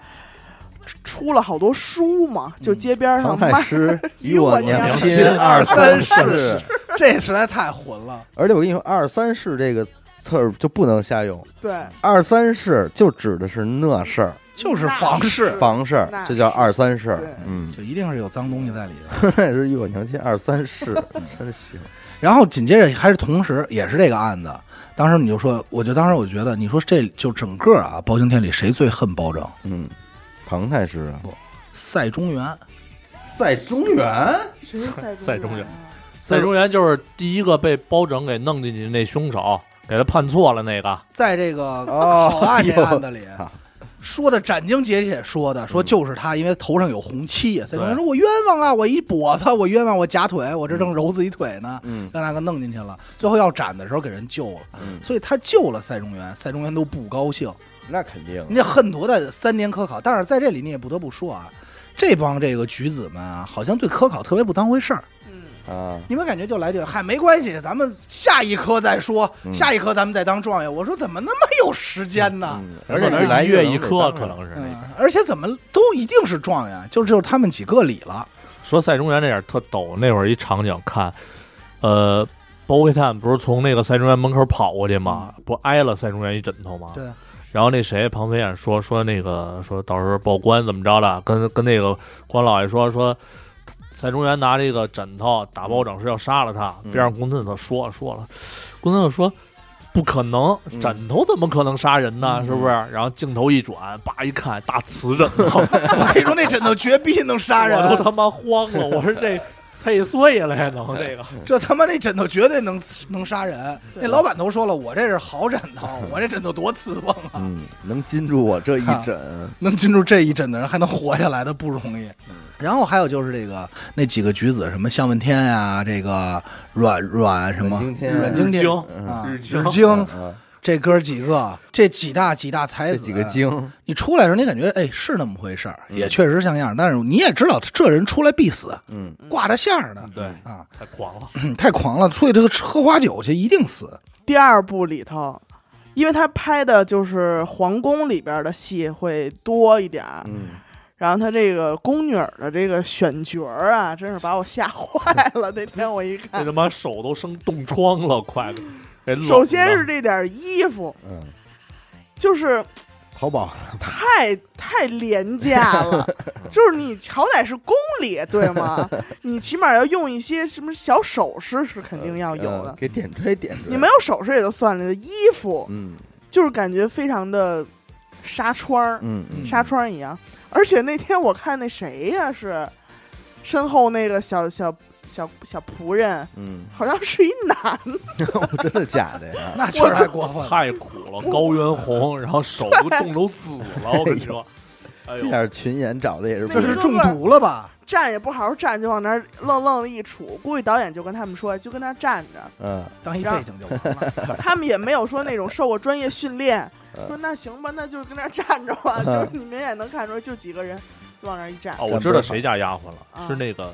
S3: 出出了好多书嘛，
S2: 嗯
S3: 就街边上
S1: 唐
S3: 卖
S1: 太师与我娘
S4: 娘
S1: 亲
S4: 亲
S1: 二三
S2: 二三
S1: 世，
S2: 这实在太混了。
S1: 而且我跟你说，二三世这个词儿就不能瞎用，
S3: 对，
S1: 二三事就指的是那事儿、
S2: 就是房事
S3: 是
S1: 房事儿
S3: 那，
S1: 这叫二三事
S3: 对
S1: 儿。嗯，
S2: 就一定是有脏东西在里头。
S1: 那是与我娘亲二三事，真行。
S2: 然后紧接着还是同时也是这个案子，当时你就说，我就当时我觉得，你说这就整个啊，包青天里谁最恨包拯？
S1: 嗯，唐太师啊，
S2: 赛中原，
S1: 赛中原，
S3: 谁是赛
S4: 赛中
S3: 人
S4: 人？赛中原就是第一个被包拯给弄进去的那凶手，给他判错了那个。
S2: 在这个
S1: 哦
S2: 考案这案子里
S1: 哎呦操
S2: 说的斩钉截铁，说的说就是他，因为头上有红
S1: 嗯
S2: 漆啊。赛中原说：“
S4: 对
S2: 我冤枉啊，我一跛子，我冤枉，我假腿，我这正揉自己腿呢。”
S1: 嗯
S2: 让那个弄进去了，最后要斩的时候给人救了，
S1: 嗯，
S2: 所以他救了赛中原，赛中原都不高兴。
S1: 那肯定啊
S2: 人家恨多大的三年科考，但是在这里你也不得不说啊，这帮这个举子们啊，好像对科考特别不当回事儿。
S3: 嗯，
S1: 啊，
S2: 你们感觉就来这个，嗨，没关系，咱们下一科再说，
S1: 嗯
S2: 下一科咱们再当状元。我说怎么那么有时间呢？
S1: 嗯
S4: 而且
S1: 越来
S4: 一
S1: 越
S4: 月一科，可
S1: 能啊
S4: 能是那
S2: 嗯
S4: 个。
S2: 而且怎么都一定是状元，就就是他们几个里了。
S4: 说赛中原那点儿特逗，那会儿一场景看，呃，包窥探不是从那个赛中原门口跑过去吗？
S1: 嗯
S4: 不挨了赛中原一枕头吗？
S2: 对。
S4: 然后那谁庞飞燕说说那个说到时候报官怎么着的，跟跟那个官老爷说说，赛中原拿这个枕头打包拯是要杀了他，
S1: 嗯
S4: 别让公孙策说说了，公孙策说。不可能
S1: 嗯，
S4: 枕头怎么可能杀人呢？是不是？然后镜头一转，叭一看，大瓷枕头，
S2: 我跟你说，那枕头绝逼能杀人，
S4: 我都他妈慌了，我说这碎碎了呀，能这个？
S2: 这他妈那枕头绝对能能杀人。
S3: 对
S2: 那老板都说了，我这是好枕头，我这枕头多瓷蹦啊。
S1: 嗯，能禁住我这一枕，
S2: 能进入这一阵的人还能活下来的不容易。嗯然后还有就是这个那几个举子，什么向问天啊，这个阮阮什么
S1: 阮经天
S2: 阮经天
S1: 嗯
S2: 啊，
S4: 日
S2: 日
S4: 经
S2: 经
S1: 啊
S2: 这哥几个，这几大几大才
S1: 这
S2: 子，
S1: 几嗯个，经，
S2: 你出来的时候你感觉哎是那么回事儿，也确实像样儿，但是你也知道这人出来必死，
S1: 嗯，
S2: 挂着线儿呢，
S4: 对，
S2: 啊，
S4: 太狂了。
S2: 嗯太狂了，出去这个喝花酒去一定死，
S3: 第二部里头，因为他拍的就是皇宫里边的戏会多一点儿，
S1: 嗯，
S3: 然后他这个宫女儿的这个选角儿啊，真是把我吓坏了。那天我一
S4: 这
S3: 看
S4: 他，妈手都生冻疮了，快的！给冷的
S3: 首先是这点衣服，
S1: 嗯，
S3: 就是
S1: 淘宝
S3: 太太廉价 了，就是你好歹是宫里对吗？你起码要用一些什么小首饰是肯定要有
S1: 嗯
S4: 呃
S3: 的，
S1: 给点缀点缀。
S3: 你没有首饰也就算了，衣服
S1: 嗯
S3: 就是感觉非常的纱窗儿，
S1: 嗯嗯，
S3: 纱窗一样。而且那天我看那谁呀、是身后那个小小小小仆人，
S1: 嗯，
S3: 好像是一男，
S1: 真的假的呀？
S2: 那确实太过分了。
S4: 太苦了，高原红，然后手都冻都紫了。我跟你说，哎
S1: 这
S4: 呦，
S1: 点群演找的也是不
S2: 这
S1: 是
S2: 是中毒了吧？
S3: 站也不好好站，就往那儿愣愣的一杵，估计导演就跟他们说，就跟那儿站着，
S1: 嗯，
S2: 当一背景就完了。
S3: 他们也没有说那种受过专业训 练，
S1: 嗯
S3: 说那行吧，那就跟那儿站着吧，就是你明显能看出来，就几个人就往那儿一站
S4: 哦，我知道谁家丫鬟了，
S3: 啊
S4: 是那个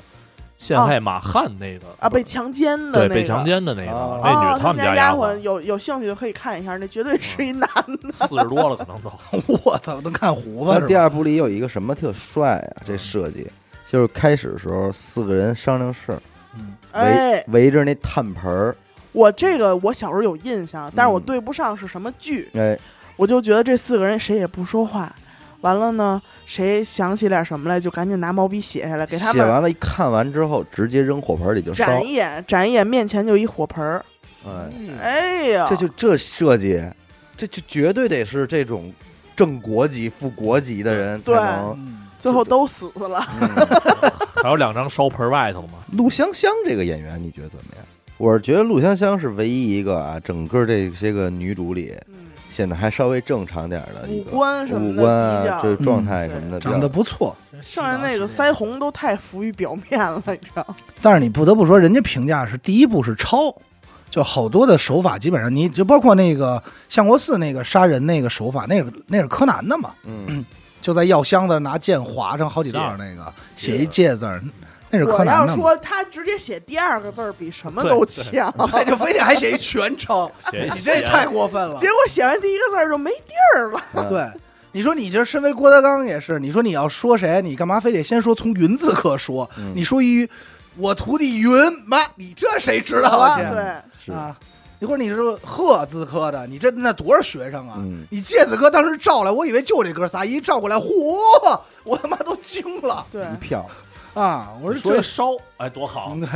S4: 陷害马汉那个
S3: 啊，被强奸的那
S4: 对
S3: 个，
S4: 被强奸的那个
S1: 哦，
S4: 那女
S3: 哦
S4: 的，
S3: 他
S4: 们
S3: 家
S4: 丫嗯
S3: 鬟有有兴趣的可以看一下，那绝对是一男
S4: 四十多了，可能都
S2: 我操，能看胡子
S1: 那
S2: 是
S1: 第
S2: 吧？嗯
S1: 二部里有一个什么特帅啊？这设计就是开始的时候四个人商量事儿，
S2: 嗯，
S1: 围
S3: 哎，
S1: 围着那炭盆儿，
S3: 我这个我小时候有印象，但是我
S1: 嗯
S3: 对不上是什么剧，
S1: 哎，
S3: 我就觉得这四个人谁也不说话。完了呢，谁想起点什么来，就赶紧拿毛笔写下来，给他
S1: 写
S3: 们
S1: 完了，一看完之后直接扔火盆里就烧，
S3: 展一眼，展一眼，面前就一火盆儿。
S1: 哎，
S2: 嗯
S3: 哎呀，
S1: 这就这设计，这就绝对得是这种正国级、副国级的人才
S3: 对
S1: 能。
S2: 嗯
S3: 最后都死了。
S1: 嗯
S4: 还有两张烧盆外头嘛，
S1: 陆香香这个演员，你觉得怎么样？我是觉得陆香香是唯一一个啊，整个这些个女主里
S3: 嗯，
S1: 显得还稍微正常点儿的一
S3: 五
S1: 个
S3: 官什
S1: 五
S3: 么的
S1: 官
S3: 低
S1: 啊，这
S3: 调，
S1: 状态什么的，
S2: 长得不错，
S3: 剩下那个腮红都太浮于表面了，你知道吗？
S2: 但是你不得不说，人家评价是第一部是抄，就好多的手法基本上，你就包括那个相国寺那个杀人那个手法，那个那是柯南的嘛，
S1: 嗯，
S2: 就在药箱子拿剑划成好几道儿那个，
S4: 戒
S2: 写一戒字儿，那是柯
S3: 我
S2: 南
S3: 要
S2: 的嘛。
S3: 说他直接写第二个字儿比什么都强，
S2: 那就非得还 写一全抄，
S4: 写一
S2: 你这
S4: 写
S2: 太过分了
S3: 结。果写完第一个字儿就没地儿了。
S1: 嗯，
S2: 对，你说你这身为郭德纲也是，你说你要说谁，你干嘛非得先说从云字科说？
S1: 嗯
S2: 你说一我徒弟云，妈，你这谁知道
S3: 了
S2: 啊？去
S3: 对，
S1: 是
S2: 啊，你或者你是贺字科的，你这那多少学生啊？
S1: 嗯
S2: 你介子哥当时照来，我以为就这哥仨，一照过来，嚯，我他妈都惊了
S3: 对
S1: 一票。
S2: 啊！我
S4: 说
S2: 说
S4: 一
S2: 这
S4: 烧，哎，多好，
S2: 对，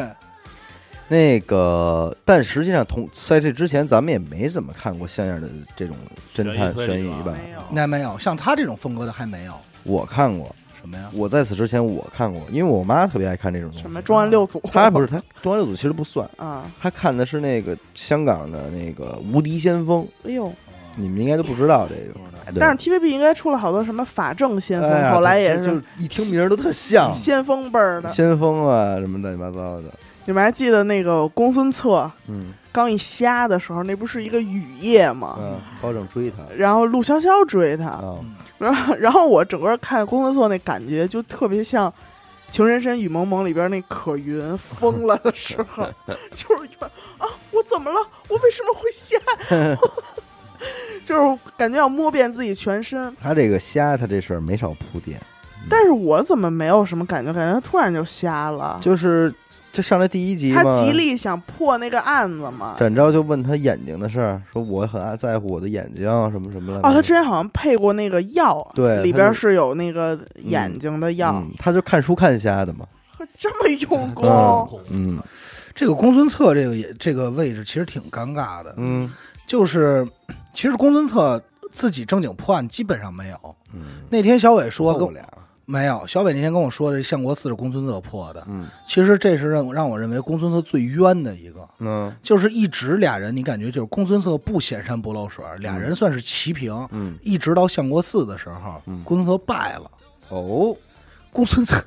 S1: 那个，但实际上同在这之前，咱们也没怎么看过像样的这种侦探
S4: 悬疑推
S1: 悬
S4: 理
S1: 疑
S4: 吧
S1: 吧？
S3: 没有
S2: 那没有像他这种风格的还没有
S1: 我看过，
S2: 什么呀？
S1: 我在此之前我看过，因为我妈特别爱看这种东西。
S3: 什么重案六组，
S1: 她不是她《中央六组》其实不算，
S3: 啊？
S1: 她看的是那个香港的那个《无敌先锋》，
S3: 哎呦，
S1: 你们应该都不知道这个。对
S3: 哎但是 TVB 应该出了好多什么法证先锋，
S1: 哎呀
S3: 后来也
S1: 就是就一听名儿都特像
S3: 先锋辈儿的。
S1: 啊先锋啊，什么乱七八糟的。
S3: 你们还记得那个公孙策
S1: 嗯
S3: 刚一瞎的时候，那不是一个雨夜吗？
S1: 嗯，包拯追他
S3: 然后陆潇潇追他，
S1: 啊，
S3: 然后 然后我整个看公孙策那感觉就特别像《情深深雨蒙蒙》里边那可云疯了的时 候，就是一般啊，我怎么了？我为什么会瞎？ 就是感觉要摸遍自己全身，
S1: 他这个瞎，他这事儿没少铺垫。
S3: 但是我怎么没有什么感觉？感觉他突然就瞎了。
S1: 就是这上来第一集嘛，
S3: 啊他极力想破那个案子嘛。
S1: 展昭就问他眼睛的事儿，说我很爱在乎我的眼睛啊什么什么了。
S3: 哦，他之前好像配过那个药，
S1: 对
S3: 里
S1: 他
S3: 边
S1: 就是
S3: 有那个眼睛的药，
S1: 嗯，他就看书看瞎的嘛。
S3: 这么用功。
S1: 嗯嗯
S2: 这个公孙策这个也这个位置其实挺尴尬的，
S1: 嗯
S2: 就是其实公孙策自己正经破案基本上没有。
S1: 嗯，
S2: 那天小伟说跟
S1: 够俩，
S2: 没有，小伟那天跟我说这相国寺是公孙策破的，
S1: 嗯
S2: 其实这是让让我认为公孙策最冤的一个。
S1: 嗯
S2: 就是一直俩人，你感觉就是公孙策不显山不露水，俩人算是齐平，
S1: 嗯
S2: 一直到相国寺的时候，
S1: 嗯
S2: 公孙策败了。
S1: 哦，
S2: 公孙策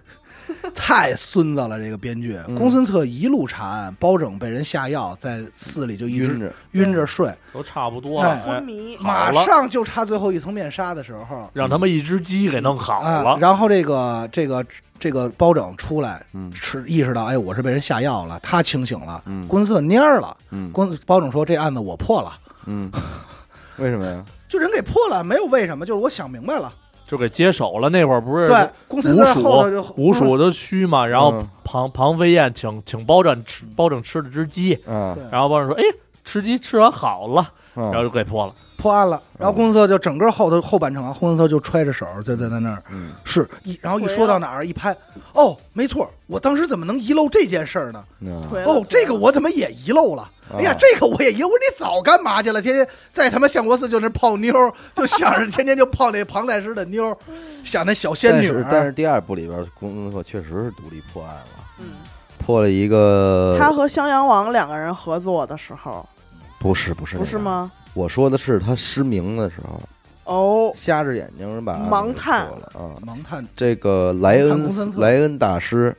S2: 太孙子了，这个编剧。
S1: 嗯
S2: 公孙策一路查案，包拯被人下药，在寺里就一直
S1: 晕着，
S2: 晕着睡，
S4: 都差不多
S1: 嗯
S4: 了，
S2: 哎
S4: 哎
S3: 昏迷，
S4: 好
S2: 马
S4: 了
S2: 上就差最后一层面纱的时候，
S4: 让他们一只鸡给弄好
S2: 啊、
S4: 了，
S2: 然后这个这个这个包拯出来，
S1: 嗯
S2: 是意识到，哎，我是被人下药了，他清醒了，
S1: 嗯
S2: 公孙策蔫儿了。
S1: 嗯
S2: 公包拯说这案子我破了。
S1: 嗯， 为什么呀？
S2: 就人给破了，没有为什么，就是我想明白了。
S4: 就给接手了。那会儿不是
S2: 对，公孙策在后头就
S4: 五鼠都虚嘛，然后
S1: 嗯
S4: 庞庞飞燕请请包拯吃包拯吃了只鸡，
S1: 啊
S2: 对
S4: 然后包拯说：“哎，吃鸡吃完好了。”然后
S1: 啊
S4: 就给破了。
S2: 破案了，
S1: 嗯
S2: 然后公孙策就整个后头后半程啊，公孙策就揣着手在在在那儿
S1: 嗯
S2: 是一，然后一说到哪儿一拍，哦，没错，我当时怎么能遗漏这件事儿呢？
S1: 嗯
S3: 腿了
S2: 哦，这个我怎么也遗漏了？哎呀
S1: 啊，
S2: 这个我也遗漏，我你早干嘛去了？天天在他妈相国寺就那泡妞儿，就想着天天就泡那庞太师的妞儿，想那小仙
S1: 但
S2: 女儿
S1: 是。但是第二部里边，公孙策确实是独立破案了，
S3: 嗯，
S1: 破了一个
S3: 他和襄阳王两个人合作的时候，
S1: 不是不是
S3: 不是？吗？
S1: 我说的是他失明的时候，
S3: 哦，
S1: 瞎着眼睛把案
S3: 盲
S1: 子给
S3: 探
S1: 破了啊。
S2: 盲探
S1: 这个莱
S2: 看公孙
S1: 恩
S2: 策
S1: 莱恩大师，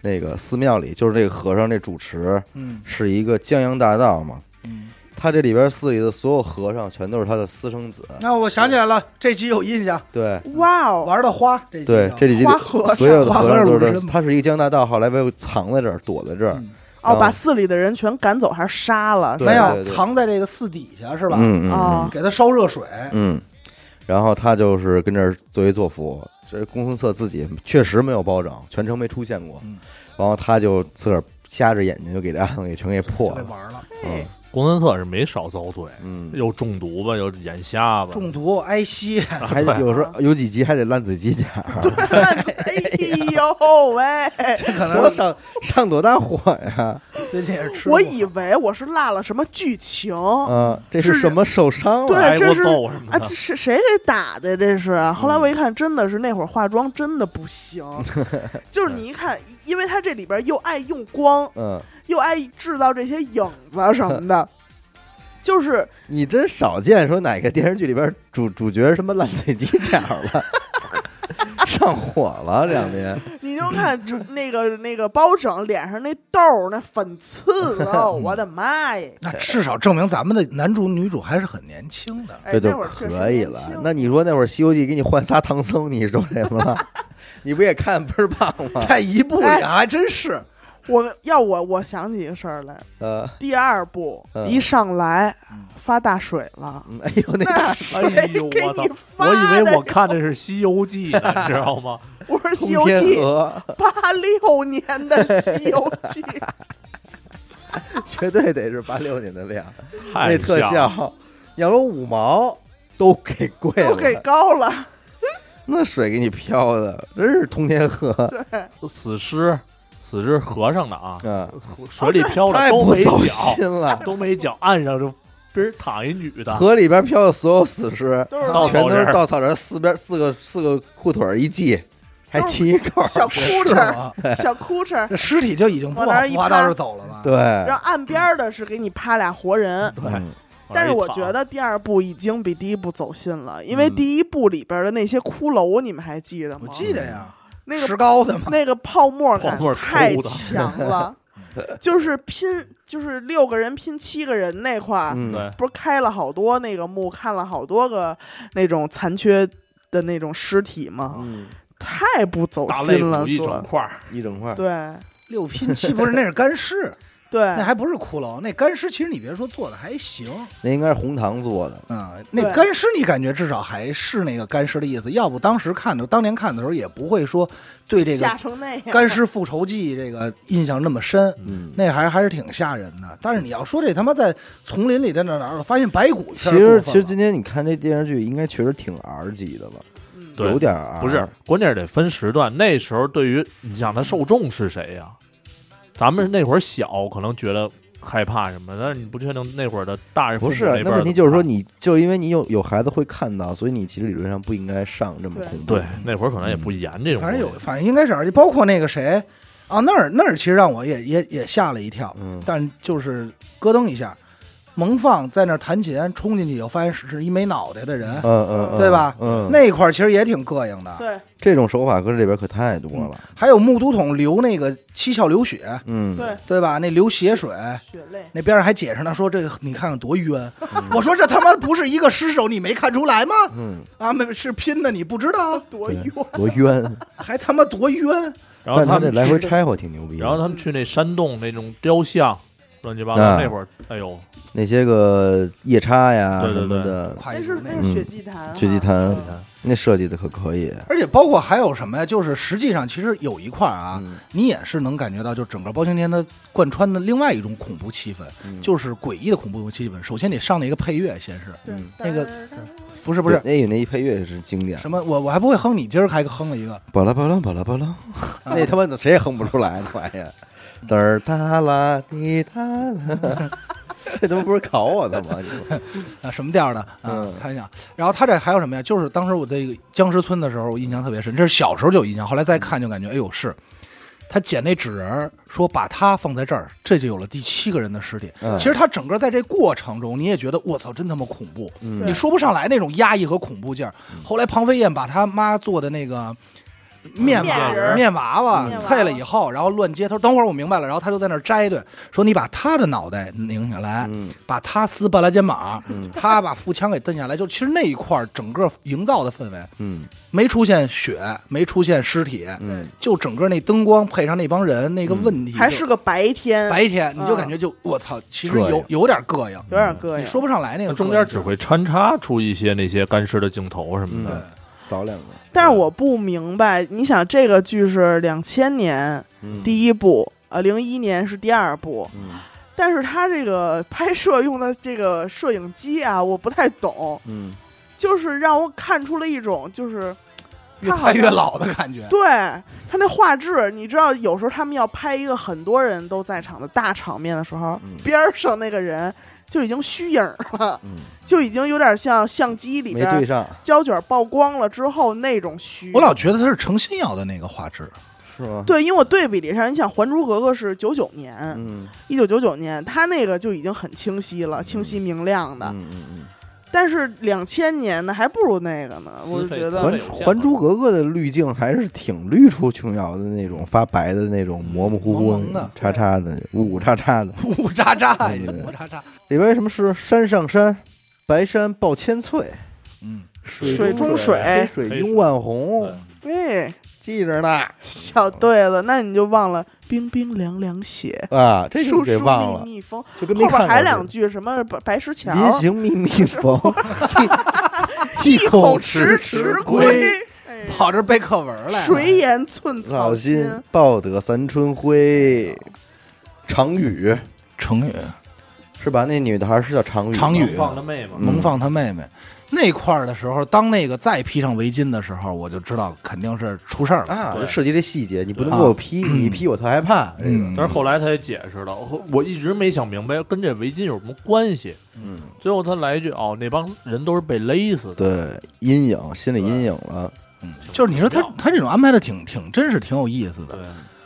S1: 那个寺庙里就是这个和尚这主持
S2: 嗯
S1: 是一个江洋大盗嘛，
S2: 嗯，
S1: 他这里边寺里的所有和尚全都是他的私生子，
S2: 那我想起来了，这集有印象，
S1: 对。
S3: 哇哦，
S2: 玩的花这集
S1: 对
S2: 叫，
S1: 这里
S3: 花和尚
S1: 所有的
S2: 花和
S1: 和尚
S2: 尚
S1: 都
S2: 鲁智
S1: 是
S2: 深
S1: 他是一个江洋大盗，后来被藏在这儿，躲在这儿，
S2: 嗯
S1: 然
S3: 哦，
S1: 后
S3: 把寺里的人全赶走还是杀了？
S1: 对
S2: 没
S1: 对
S2: 有
S1: 对
S2: 藏在这个寺底下是吧？
S1: 嗯嗯嗯
S3: 哦
S2: 给他烧热水，
S1: 嗯，然后他就是跟这儿作威作福，这公孙策自己确实没有包拯，全程没出现过
S2: 嗯，
S1: 然后他就自个儿瞎着眼睛就给这案子给全给破
S2: 就给
S1: 了，
S2: 玩了。
S3: 嘿
S4: 公孙策是没少遭罪，
S1: 嗯，
S4: 又中毒吧，又眼瞎吧，
S2: 中毒挨吸，
S1: 还有时候有几集还得烂嘴机甲，
S3: 哎呦喂！
S2: 这可
S1: 说
S2: 能
S1: 上上多大火呀？
S2: 最近也是吃过。
S3: 我以为我是落了什么剧情，
S1: 啊，这
S3: 哦是
S1: 是什么受伤了？
S3: 对
S4: 挨
S3: 这
S4: 过
S3: 是
S4: 揍 什么
S3: 啊，
S4: 的
S3: 这，是谁给打的？这是。后来我一看，真的是那会儿化妆真的不行，就是你一看，因为他这里边又爱用光，
S1: 嗯，
S3: 又爱制造这些影子什么的，就是
S1: 你真少见说哪个电视剧里边主主角什么烂嘴机甲了， 上火了两年。
S3: 你就看这那个那个包拯脸上那痘儿那粉刺哦，我的妈呀！
S2: 那至少证明咱们的男主女主还是很年轻的。
S3: 哎
S1: 这就
S3: 那会儿确实
S1: 可以
S3: 年
S1: 了
S3: 轻。
S1: 那你说那会儿《西游记》给你换仨唐僧，你受什 么了？你不也看倍儿棒吗？
S2: 在一部里啊
S3: 哎
S2: 还真是，
S3: 我要我我想起一个事儿来，
S1: 呃，
S3: 第二部
S1: 嗯
S3: 一上来
S2: 嗯
S3: 发大水了，
S1: 嗯哎呦，
S3: 那
S1: 那大
S3: 水
S4: 哎呦
S3: 给
S4: 我操
S3: 你！发
S4: 我以为
S3: 的
S4: 我看的是《西游记》呢，你知道吗？
S3: 我说《西
S1: 通
S3: 游记
S1: 天》河
S3: 八六年的《西游记》，
S1: 绝对得是八六年的量，
S4: 太
S1: 那特
S4: 像了，
S1: 效，要说五毛都给贵了，
S3: 都给高了，
S1: 那水给你飘的，真是通天河。
S3: 对，
S4: 死尸，死尸和尚的啊，
S1: 嗯，
S4: 水里漂着
S1: 太
S4: 都
S1: 不
S4: 没
S1: 走
S4: 脚，
S1: 心 了。
S4: 都没脚，岸上就边儿躺一女 的，
S1: 河里边漂的所有死尸，
S3: 都是
S4: 稻
S1: 全
S4: 草
S1: 都
S4: 人
S1: 是
S4: 儿，
S1: 稻草人，四边四个四个裤腿儿一系，还系一扣儿。
S3: 小裤
S2: 是
S3: 衩儿，
S2: 吗？
S3: 小裤衩儿，
S2: 这尸体就已经不
S3: 往那
S2: 往
S3: 儿一
S2: 滑
S3: 趴
S2: 道上走了吧？
S1: 对，
S3: 然后岸边儿的是给你趴俩活 人。
S4: 对，
S1: 嗯
S3: 但是
S4: 往那一
S3: 我
S4: 躺
S3: 觉得第二部已经比第一部走心了，因为
S1: 嗯
S3: 第一部里边的那些骷髅，你们还记得吗？
S2: 我记得呀，
S3: 那个
S2: 石膏的嘛，
S3: 那个泡沫感
S4: 泡沫抠的
S3: 太强了，就是拼就是六个人拼七个人那块儿，
S1: 嗯，
S4: 对，
S3: 不是开了好多那个墓，看了好多个那种残缺的那种尸体吗？
S1: 嗯，
S3: 太不走
S4: 大肋
S3: 心了，
S4: 骨一
S3: 做
S4: 整
S3: 得
S4: 块儿，
S1: 一整块儿。
S3: 对
S2: 六拼七不是那是干 尸，那
S3: 对，
S2: 还不是骷髅，那干尸其实你别说做的还行
S1: 那应该是红糖做的。
S2: 啊、嗯那
S3: 对
S2: 干尸你感觉至少还是那个干尸的意思，要不当时看的当年看的时候也不会说对这
S3: 吓
S2: 个
S3: 成那样，
S2: 干尸复仇记这个印象那么深。
S1: 嗯，
S2: 那还还是挺吓人的，但是你要说这他妈在丛林里在哪哪儿发现白骨，
S1: 其实其实今天你看这电视剧，应该确实挺 R 级的了，
S3: 嗯
S4: 对
S1: 有点啊 R。
S4: 不是，关键是得分时段。那时候对于你想他受众是谁呀、咱们那会儿小，可能觉得害怕什么，但是你不确定那会儿的啊大人
S1: 不
S4: 父母
S1: 是，
S4: 辈
S1: 那
S4: 儿
S1: 问题
S4: 怎么
S1: 就是说，
S4: 看
S1: 你就因为你有有孩子会看到，所以你其实理论上不应该上这么
S3: 对
S1: 恐怖。
S4: 对那会儿可能也不严这种东西，
S2: 反正有，反正应该是而且包括那个谁啊，那儿那儿其实让我也也也吓了一跳，
S1: 嗯
S2: 但就是咯噔一下，萌放在那儿弹琴，冲进去以后发现是是一没脑袋的人
S1: 嗯，嗯，嗯
S2: 对吧
S1: 嗯，
S2: 那一块儿其实也挺膈应的。
S3: 对
S1: 这种手法搁这里边可太多了。
S2: 还有木都桶流那个七窍流血，
S1: 嗯，
S3: 对，
S2: 对吧？那流血水。
S3: 血泪，
S2: 那边上还解释呢，说这个你看看多冤。 我说这他妈不是一个尸首，你没看出来吗？
S1: 嗯，
S2: 啊，没是拼的，你不知道，
S3: 多冤，
S1: 多冤。
S2: 还他妈多冤。
S4: 然后
S1: 但他
S4: 们
S1: 这来回
S4: 去，
S1: 拆伙挺牛逼的。
S4: 然后他们去那山洞那种雕像，乱七八糟，
S1: 啊
S4: 那会儿，哎呦，
S1: 那些个夜叉呀
S4: 对对
S1: 什么
S4: 对
S1: 的，
S2: 快
S3: 那
S2: 一
S3: 是
S2: 点
S3: 那是血祭坛啊，
S1: 嗯血祭坛
S3: 嗯
S1: 那设计的可可以。
S2: 而且包括还有什么呀？就是实际上其实有一块儿啊，
S1: 嗯
S2: 你也是能感觉到，就整个包青天它贯穿的另外一种恐怖气氛，
S1: 嗯
S2: 就是诡异的恐怖气氛。首先得上那个配乐，先是
S3: 对
S1: 嗯
S2: 那个
S3: 当然
S2: 不是不是
S1: 那有那一配乐也是经典，
S2: 什么？我我还不会哼，你今儿还哼了一个，
S1: 巴拉巴拉巴拉巴拉，
S3: 啊
S1: 那他妈谁也哼不出来那玩意 儿，嘚儿哒啦滴 哒啦，这他妈不是考我的吗？你说
S2: 啊，什么调儿的？啊
S1: 嗯，
S2: 看一下。然后他这还有什么呀？就是
S1: 嗯
S2: 当时我在一个僵尸村的时候，我印象特别深，这是小时候就有印象，后来再看就感觉，哎呦是。他捡那纸人儿，说把他放在这儿，这就有了第七个人的尸体。
S1: 嗯
S2: 其实他整个在这过程中，你也觉得我操，真他妈恐怖，
S1: 嗯
S2: 你说不上来那种压抑和恐怖劲儿。后来庞飞燕把他妈做的那个。面
S3: 面
S2: 娃
S3: 人儿
S2: 面娃娃
S3: 面娃娃
S2: 菜了以后，然后乱接。他说：“等会儿我明白了。”然后他就在那儿摘对，说：“你把他的脑袋拧下来，
S1: 嗯
S2: 把他撕半拉肩膀，他把腹腔给蹬下来，就其实那一块儿整个营造的氛围
S1: 嗯
S2: 没出现血，没出现尸体，
S1: 嗯，
S2: 就整个那灯光配上那帮人那个问题，
S3: 嗯还是个白天，
S2: 白天，你就
S3: 嗯
S2: 感觉就我操，其实
S1: 膈应
S2: 有有点膈应，
S3: 有点膈应。
S2: 你说不上来那个
S4: 中
S2: 膈
S4: 间
S2: 应
S4: 只会穿插出一些那些干尸的镜头什么
S1: 嗯
S4: 的。
S1: 扫两个，
S3: 但是我不明白，你想这个剧是两千年
S1: 嗯
S3: 第一部，呃，零一年是第二部，
S1: 嗯
S3: 但是它这个拍摄用的这个摄影机啊，我不太懂，
S1: 嗯
S3: 就是让我看出了一种就是
S2: 越
S3: 他好
S2: 拍
S3: 像
S2: 越老的感觉，
S3: 对他那画质，你知道，有时候他们要拍一个很多人都在场的大场面的时候，
S1: 嗯
S3: 边儿上那个人就已经虚影了，
S1: 嗯，
S3: 就已经有点像相机里
S1: 没对
S3: 边
S1: 上，
S3: 胶卷曝光了之后那种虚。
S2: 我老觉得他是诚心要的那个画质，
S1: 是吗？，
S3: 对，因为我对比了一下，你想《还珠格格》是九九年，
S1: 嗯
S3: 一九九九年，它那个就已经很清晰了，清晰明亮的。
S1: 嗯嗯
S3: 但是两千年的还不如那个呢，我就
S4: 资费
S3: 觉
S1: 嗯，
S4: 资
S3: 得
S4: 费
S1: 还
S4: 有限
S1: 还珠格格的滤镜还是挺滤出琼瑶的那种发白的那种模模糊糊
S2: 朦胧的
S1: 叉叉的五五叉叉的，
S2: 呜呜喳喳，
S1: 对对对
S2: 呜喳喳，
S1: 里边什么是山上山，白山抱千翠，
S2: 嗯，
S3: 水
S1: 中
S3: 中水
S1: 黑水拥万红，
S3: 哎，
S1: 记着呢
S3: 小对了，那你就忘了冰冰凉凉雪，
S1: 啊，这就
S3: 疏
S1: 给
S3: 疏
S1: 忘
S3: 密
S1: 了，
S3: 密风。
S1: 就跟没
S3: 后边
S1: 看
S3: 还
S1: 过
S3: 两
S1: 似
S3: 句什么白白石桥
S1: 的。，临行密密 缝，一一
S3: 口
S1: 迟
S3: 迟
S1: 归。，
S3: 哎
S2: 跑这背课文来了，
S3: 谁言寸
S1: 老
S3: 草
S1: 心报得三春晖，常雨
S2: 成语
S1: 是吧？那女的还是叫常雨吗，
S2: 常雨
S1: 嗯
S4: 放他妹嘛，
S2: 萌放他妹妹。那块儿的时候，当那个再披上围巾的时候，我就知道肯定是出事儿了。
S1: 啊，
S4: 对
S1: 就涉及这细节，你不能
S2: 对
S1: 给我批，你一批我特害怕。这个
S2: 嗯
S4: 但是后来他也解释了，我我一直没想明白跟这围巾有什么关系。
S1: 嗯，
S4: 最后他来一句：“哦，那帮人都是被勒死的。
S1: 对阴影，心理阴影了。
S2: 嗯就是你说他他这种安排的挺挺真是挺有意思”的，
S4: 对，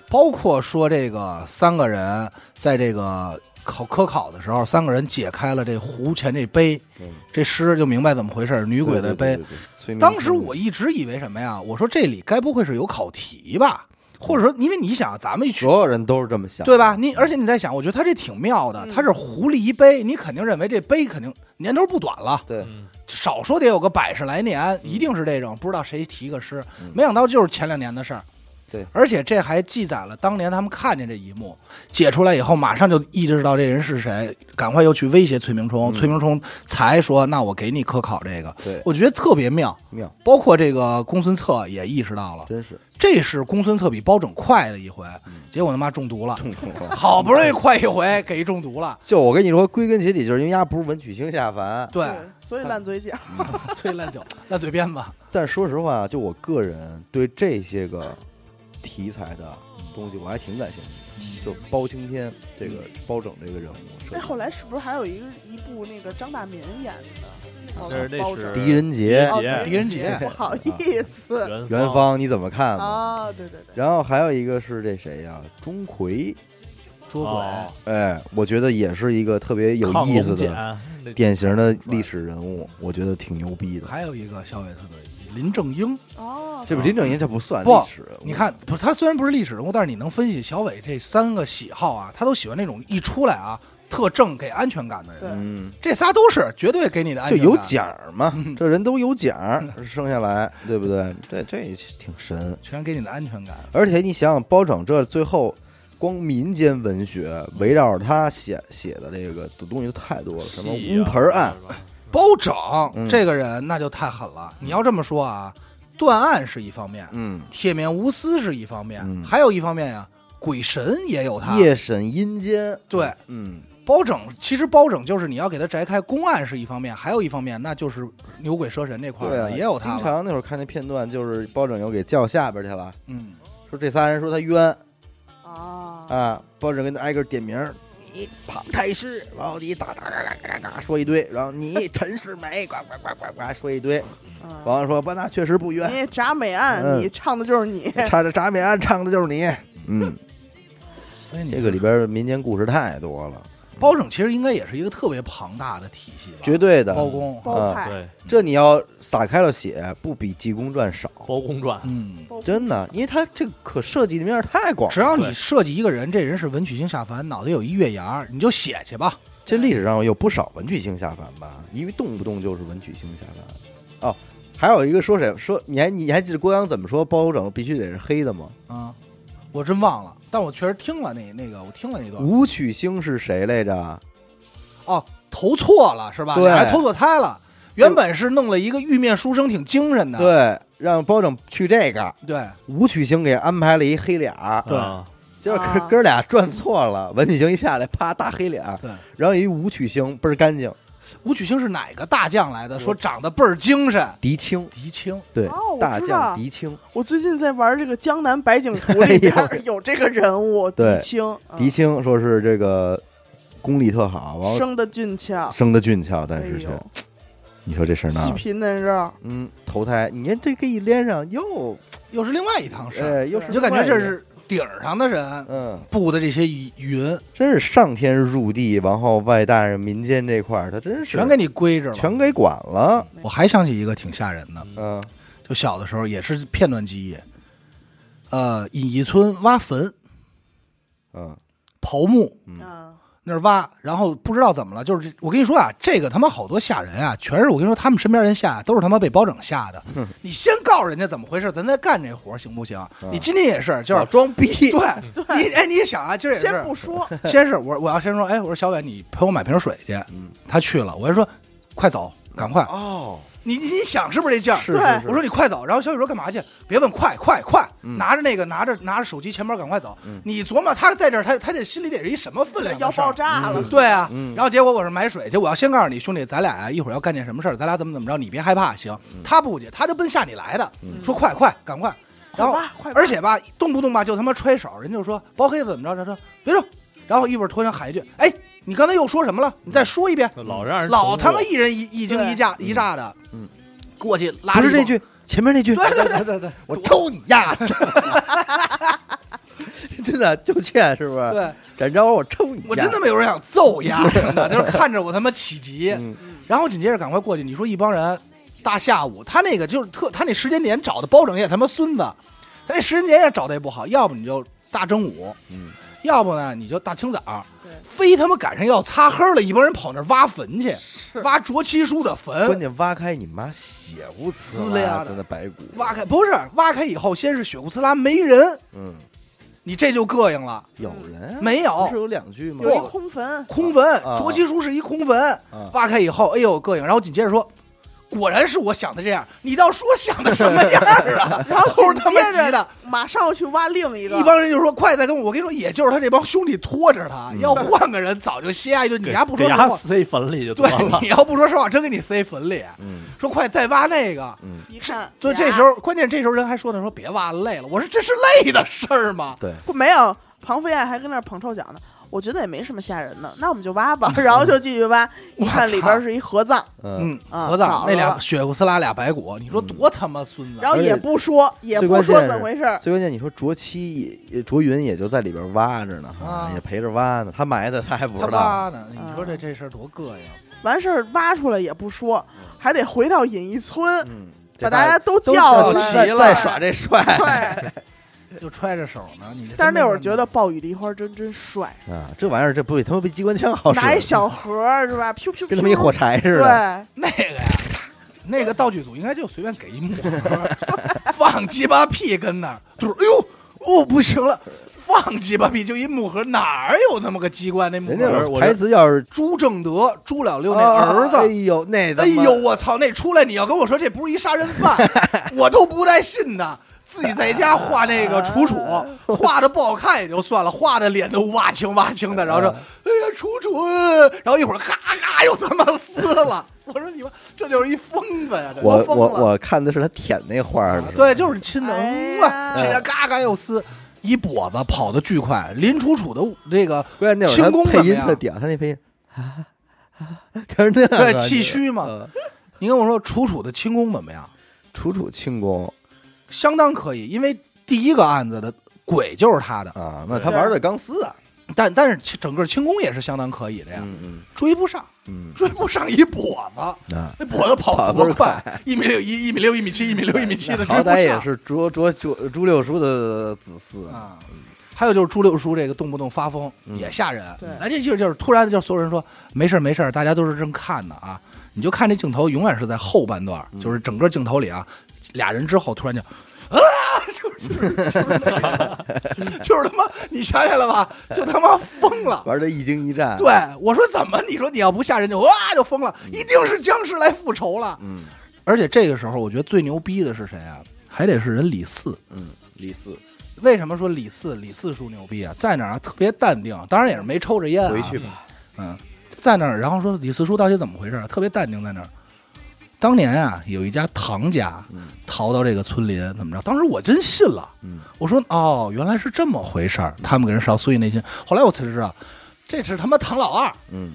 S2: 包括说这个三个人在这个考科考的时候，三个人解开了这壶前这杯，
S1: 嗯
S2: 这诗就明白怎么回事，女鬼的
S1: 对对
S2: 杯。
S1: 对对催眠
S2: 当时我一直以为什么呀？我说这里该不会是有考题吧？或者说，因为你想，咱们学
S1: 所有人都是这么想，
S2: 对吧？你而且你在想，我觉得他这挺妙的，
S3: 嗯
S2: 他是狐狸杯，你肯定认为这杯肯定年头不短了，
S1: 对，
S4: 嗯，
S2: 少说得有个百十来年，一定是这种。不知道谁提个诗
S1: 嗯，
S2: 没想到就是前两年的事儿。
S1: 对
S2: 而且这还记载了当年他们看见这一幕，解出来以后，马上就意识到这人是谁，赶快又去威胁崔明
S1: 嗯
S2: 冲，崔明冲才说：“那我给你科考这个。”
S1: 对
S2: 我觉得特别妙。
S1: 妙，
S2: 包括这个公孙策也意识到了，
S1: 真是
S2: 这是公孙策比包拯快的一回，
S1: 嗯
S2: 结果他妈中毒了。
S1: 痛痛痛。
S2: 好不容易快一回，给一中毒 了。
S1: 就我跟你说，归根结底就是因为丫不是文曲星下凡，
S2: 对，
S3: 所
S1: 哎
S3: 以烂嘴角。
S2: 催烂酒，烂嘴边子。
S1: 但是说实话，就我个人对这些个题材的东西，我还挺感兴趣。就包青天这个包拯这个人物设计，
S3: 那后来是不是还有一个一部那个张大民演的？包
S4: 那是那
S3: 包
S4: 是
S3: 拯
S1: 狄仁杰、啊
S3: 哦
S4: 杰
S2: 狄仁杰
S3: 不 好意思
S4: 元啊
S1: 元芳，你怎么看嘛？
S3: 啊，对对对，
S1: 然后还有一个是这谁呀？钟馗，
S2: 捉
S4: 哦
S2: 鬼，
S1: 哎，我觉得也是一个特别有
S4: 抗
S1: 意
S4: 龙
S1: 思
S4: 简
S1: 的
S4: 那
S1: 典型的历史人物，我觉得挺牛逼的。
S2: 还有一个小伟特的林正英。
S3: 哦，
S1: 这不林正英这不算
S2: 不
S1: 历史人物，
S2: 你看，不是他虽然不是历史人物，但是你能分析小伟这三个喜好啊，他都喜欢那种一出来啊特正给安全感的人。
S3: 对
S1: 嗯，
S2: 这仨都是绝对给你的安
S1: 就
S2: 全感。
S1: 有奖儿嘛，
S2: 嗯
S1: 这人都有奖儿，哎 生下来对不对？这这也挺神。
S2: 全给你的安全感。
S1: 而且你想想，包拯这最后光民间文学围绕着他写写的这个东西就太多了，什么
S4: 戏啊
S1: 乌盆儿案，，
S2: 包
S1: 嗯
S2: 拯这个人那就太狠了。你要这么说啊，断案是一方面，
S1: 嗯，
S2: 铁面无私是一方面，
S1: 嗯
S2: 还有一方面呀、鬼神也有他。
S1: 夜审阴间，
S2: 对，
S1: 嗯，
S2: 包拯其实包拯就是你要给他摘开公案是一方面，还有一方面那就是牛鬼蛇神这块儿
S1: 对
S2: 的、
S1: 啊，
S2: 也有他
S1: 经
S2: 了。
S1: 常那会儿看那片段，就是包拯又给叫下边去了，
S2: 嗯，
S1: 说这仨人说他冤
S3: 啊，
S1: 啊，包拯跟他挨个儿点名儿。你庞太师，然后你哒哒哒哒哒哒说一堆，然后你陈世美，呱呱呱呱呱说一堆，
S3: 嗯
S1: 王上说：“班纳确实不冤，
S3: 你铡美案，
S1: 嗯
S3: 你唱的就是你，
S1: 唱着铡美案唱的就是你。”嗯，
S2: 所以你
S1: 这个里边儿民间故事太多了，
S2: 包拯其实应该也是一个特别庞大的体系吧，
S1: 绝嗯对的。
S2: 包公，
S3: 包派，
S4: 对，
S1: 这你要撒开了写，不比《济公传》少，
S4: 包公传，
S2: 嗯，
S3: 包
S1: 真的，因为它这个可涉及的面儿太广了。
S2: 只要你
S4: 对
S2: 设计一个人，这人是文曲星下凡，脑袋有一月牙儿，你就写去吧。
S1: 这历史上有不少文曲星下凡吧，因为动不动就是文曲星下凡。哦，还有一个说谁说你还你还记得郭阳怎么说包拯必须得是黑的吗？
S2: 啊，我真忘了，但我确实听了那那个，我听了那段。
S1: 武曲星是谁来着？
S2: 哦，投错了是吧？
S1: 对
S2: 俩还投错胎了。原本是弄了一个玉面书生，挺精神的。
S1: 对，让包拯去这个
S2: 对
S1: 武曲星给安排了一黑脸儿，
S2: 对
S4: 啊
S1: 结果
S3: 啊
S1: 哥哥俩转错了，文曲星一下来，啪大黑脸儿，
S2: 对，
S1: 然后一武曲星倍儿干净，
S2: 武曲星是哪个大将来的？说长得倍儿精神。
S1: 狄青，
S2: 狄呃青，
S1: 对，
S3: 哦我
S1: 大
S3: 知
S1: 将
S3: 道
S1: 狄青，
S3: 我最近在玩这个《江南百景图》里边
S1: 哎呦
S3: 有这个人物
S1: 对
S3: 狄青，
S1: 狄
S3: 嗯
S1: 青说是这个功力特好，完了
S3: 生的俊俏，
S1: 生的俊俏，但
S3: 哎
S1: 是却
S3: 呦，
S1: 你说这事儿
S3: 细
S1: 闹的。
S3: 皮嫩肉，
S1: 嗯，投胎，你看这个一连上又，
S2: 又是另外一趟事儿。
S1: 哎，又是
S2: 你就感觉
S1: 另外
S2: 这
S1: 一个，
S2: 是顶儿上的人
S1: 嗯，
S2: 布的这些云，
S1: 真是上天入地，然后外大人民间这块儿，他真是
S2: 全给你归着了。
S1: 全给管了，
S2: 我还想起一个挺吓人的，
S1: 嗯，
S2: 就小的时候也是片段记忆。呃，尹义村挖坟
S1: 嗯，
S2: 刨墓，
S3: 啊，
S2: 那儿挖，然后不知道怎么了，就是这我跟你说啊，这个他妈好多吓人啊，全是我跟你说，他们身边人吓，都是他妈被包拯吓的。
S1: 嗯
S2: 你先告诉人家怎么回事，咱再干这活儿行不行？你今天也是，就是、
S1: 啊老装逼，
S2: 对，你哎，你也想啊，今儿也是，
S3: 先不说，
S2: 先是我我要先说，哎，我说小伟，你陪我买瓶水去。他去了，我就说快走，赶快。
S1: 哦，
S2: 你你你想是不是这劲儿？
S1: 是
S3: 对
S1: 是是，
S2: 我说你快走，然后小雨说干嘛去？别问，快快快，拿着那个拿着拿着手机钱包赶快走。你琢磨他在这儿，他他这心里得是一什么分量？
S3: 要爆！炸了，
S2: 对啊，
S1: 嗯
S2: 然后结果我是买水去，我要先告诉你兄弟，咱俩啊一会儿要干件什么事儿，咱俩怎么怎么着，你别害怕，行？他不去，他就奔下你来的，说快快赶嗯快，然后
S3: 快吧快吧
S2: 而且吧，动不动吧就他妈揣手，人就说包黑子怎么着，他说别动，然后一会儿突然喊一句，哎，你刚才又说什么了？你再说一遍，
S4: 老让人
S2: 老
S4: 重
S2: 他妈
S4: 复
S2: 一人一一惊一乍一乍的，
S1: 嗯，
S2: 过去拉
S1: 不
S2: 着
S1: 是这
S2: 一帮
S1: 句，前面那句，
S2: 对对对
S1: 对对，我抽你丫！真的就欠是不是？
S2: 对，
S1: 展昭我抽你丫！
S2: 我真他妈有人想揍 丫的，就是看着我他妈起急
S1: 嗯，
S2: 然后紧接着赶快过去。你说一帮人大下午，他那个就是特，他那时间点找的包拯也他妈孙子，他那时间点也找的也不好，要不你就大正午，
S1: 嗯
S2: 要不呢你就大清早
S3: 对，
S2: 非他妈赶上要擦黑了，一帮人跑那儿挖坟去，挖卓七叔的
S1: 关
S2: 坟。
S1: 键挖开你妈血污呲
S2: 呲
S1: 啦
S2: 啦的
S1: 的那白骨，
S2: 挖开不是挖开以后，先是血库斯拉没人，
S1: 嗯，
S2: 你这就膈应了。
S1: 有人啊
S2: 没
S1: 不是
S2: 有
S1: 有两句吗
S3: 有？一空坟，
S2: 空坟
S1: 啊，
S2: 卓七叔是一空坟，挖开以后，哎呦膈应。然后紧接着说，果然是我想的这样，你倒说想的什么样啊？然
S3: 然 后
S2: 后
S3: 紧
S2: 他妈
S3: 接
S2: 急
S3: 着
S2: 的。
S3: 马上要去挖另一个，
S2: 一帮人就说快再跟我，我跟你说，也就是他这帮兄弟拖着
S1: 嗯
S2: 他，要换个人早就歇一顿。你
S4: 给
S2: 丫不说
S4: 给
S2: 实
S4: 牙
S2: 话，
S4: 塞坟里就得
S2: 对，
S4: 了
S2: 你。要不说实话，真给你塞 坟里。
S1: 嗯
S2: 说快再挖那个，
S1: 嗯，
S3: 一 看，
S2: 就这时候，关键这时候人还说呢，说别挖了，累了。我说这是累的事儿吗？
S1: 对，
S3: 不啊没有，庞飞爱还跟那儿捧臭脚呢。我觉得也没什么吓人的，那我们就挖 吧，然后就继续挖，一看里边是一合葬，
S1: 嗯，
S2: 嗯，
S3: 啊
S2: 合葬
S3: 早
S2: 那俩
S3: 了
S2: 血库斯拉俩白骨，你说多他妈孙子啊！
S3: 然后也不说，也
S1: 最
S3: 不
S1: 关
S3: 说
S1: 键
S3: 怎
S1: 是
S3: 回事儿，
S1: 最关键你说卓七也卓云也就在里边挖着呢，哈
S2: 啊
S1: 也陪着挖呢，他埋的他还不
S2: 他
S1: 知道，
S2: 妈的，你说
S3: 嗯
S2: 这这事儿多膈应！
S3: 完事儿挖出来也不说，还得回到隐逸村，
S1: 嗯，
S3: 把大家都
S1: 都
S3: 叫
S2: 叫
S3: 来
S2: 齐
S1: 再
S2: 了
S1: 再耍 这帅，
S3: 对，
S2: 就揣着手呢。你这
S3: 但是那会儿
S2: 真
S3: 觉得暴雨梨花真真帅，
S1: 啊，这玩意儿这不比他妈比机关枪好使，
S3: 拿一小盒儿是吧？噗噗，
S1: 哦跟他妈一火柴似
S3: 对，
S1: 的，
S2: 那个呀，那个道具组应该就随便给一木盒， 放鸡巴屁跟那儿，就是哎呦，哦不行了，放鸡巴屁就一木盒，哪儿有那么个机关？那木
S1: 人家
S2: 盒
S4: 是
S1: 有台词要是
S2: 朱正德、朱老六那儿子。
S1: 哎呦那他
S2: 哎
S1: 妈
S2: 呦，我操！那出来你要跟我说这不是一杀人 犯，我都不带信的。自己在家画 那个楚楚，画的不好看也就算了，画的脸都哇青哇青的，然
S1: 嗯
S2: 后说：“哎呀，楚楚。”呃然后一会儿咔咔又他妈撕 了。我说你妈，这就是一疯子呀！这
S1: 我
S3: 都疯
S1: 我
S3: 了
S1: 我看的是他舔那花儿，
S2: 对，就是亲的，
S3: 哎
S2: 嗯
S3: 呀
S2: 啊，亲着嘎嘎又撕，一跛子跑的巨快。林楚楚的那个
S1: 关键那会
S2: 轻
S1: 儿
S2: 功
S1: 他
S2: 怎
S1: 配
S2: 么
S1: 音特
S2: 样？
S1: 屌，他那配音，啊啊，可是 那
S2: 对
S1: 个，
S2: 气虚嘛。
S1: 嗯
S2: 你跟我说楚楚的轻功怎么样？
S1: 楚楚轻功，
S2: 相当可以，因为第一个案子的鬼就是他的，
S1: 啊，那他玩的钢丝啊，
S2: 但但是其整个轻功也是相当可以的呀，
S1: 嗯
S2: 追不上，
S1: 嗯
S2: 追不上一跛子，
S1: 嗯啊，
S2: 那跛子跑
S1: 跑
S2: 多
S1: 得
S2: 快，一米六一、一米六、一米七、一米六、一米七的，追
S1: 好
S2: 不
S1: 歹也
S2: 上
S1: 是卓卓卓朱六叔的子嗣啊，
S2: 啊。还有就是朱六叔这个动不动发疯
S1: 嗯
S2: 也吓人，哎
S3: 对
S2: 咱这就是就是突然就所有人说没事儿没事儿，大家都是这么看的啊。你就看这镜头永远是在后半段，就是整个镜头里啊，俩人之后突然就啊， 就是就是就是那种就是他妈你想起来了吧？就他妈疯 了。
S1: 玩的一惊一乍，
S2: 对，我说怎么？你说你要不吓人就哇就疯了，一定是僵尸来复仇了。
S1: 嗯
S2: 而且这个时候，我觉得最牛逼的是谁啊？还得是人李四。
S1: 嗯，李四
S2: 为什么说李四李四叔牛逼啊？在哪儿啊？特别淡定，当然也是没抽着烟、啊。
S1: 回去吧，
S2: 嗯，在那儿，然后说李四叔到底怎么回事啊？特别淡定在那儿。当年啊，有一家唐家
S1: 嗯
S2: 逃到这个村林，怎么着？当时我真信了，
S1: 嗯
S2: 我说哦，原来是这么回事儿。他们给人烧碎那些，后来我才知道，这是他妈唐老二。
S1: 嗯，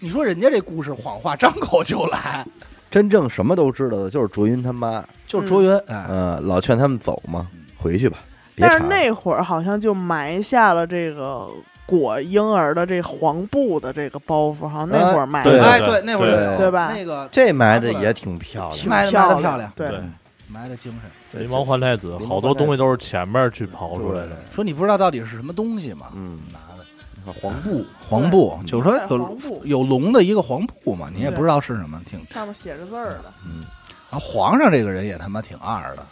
S2: 你说人家这故事谎话张口就来，
S1: 真正什么都知道的就是卓云他妈，
S2: 就是卓云，哎，
S1: 呃，老劝他们走嘛，回去吧，别
S3: 但
S1: 查
S3: 是
S1: 了，
S3: 那会儿好像就埋下了这个裹婴儿的这黄布的这个包袱，好像那会儿埋
S4: 对
S3: 的，
S2: 哎，对，那会儿就有
S1: 对
S3: 对吧
S2: 那个
S1: 这埋的也挺漂亮
S3: 挺
S1: 的，
S2: 埋得埋得漂亮
S3: 对，
S4: 对
S2: 埋的精神。
S1: 对
S4: 林王环太子，
S1: 林王
S4: 好多
S1: 环太
S4: 东西都是前面去刨出来的。
S2: 说你不知道到底是什么东西嘛？
S1: 嗯，
S2: 拿的
S1: 黄布，
S2: 黄布，就是说
S3: 对黄布
S2: 有有龙的一个黄布嘛，你也
S3: 对
S2: 不知道是什么，挺。
S3: 上面写着字儿的。
S1: 嗯
S2: 然后皇上这个人也他妈挺二的，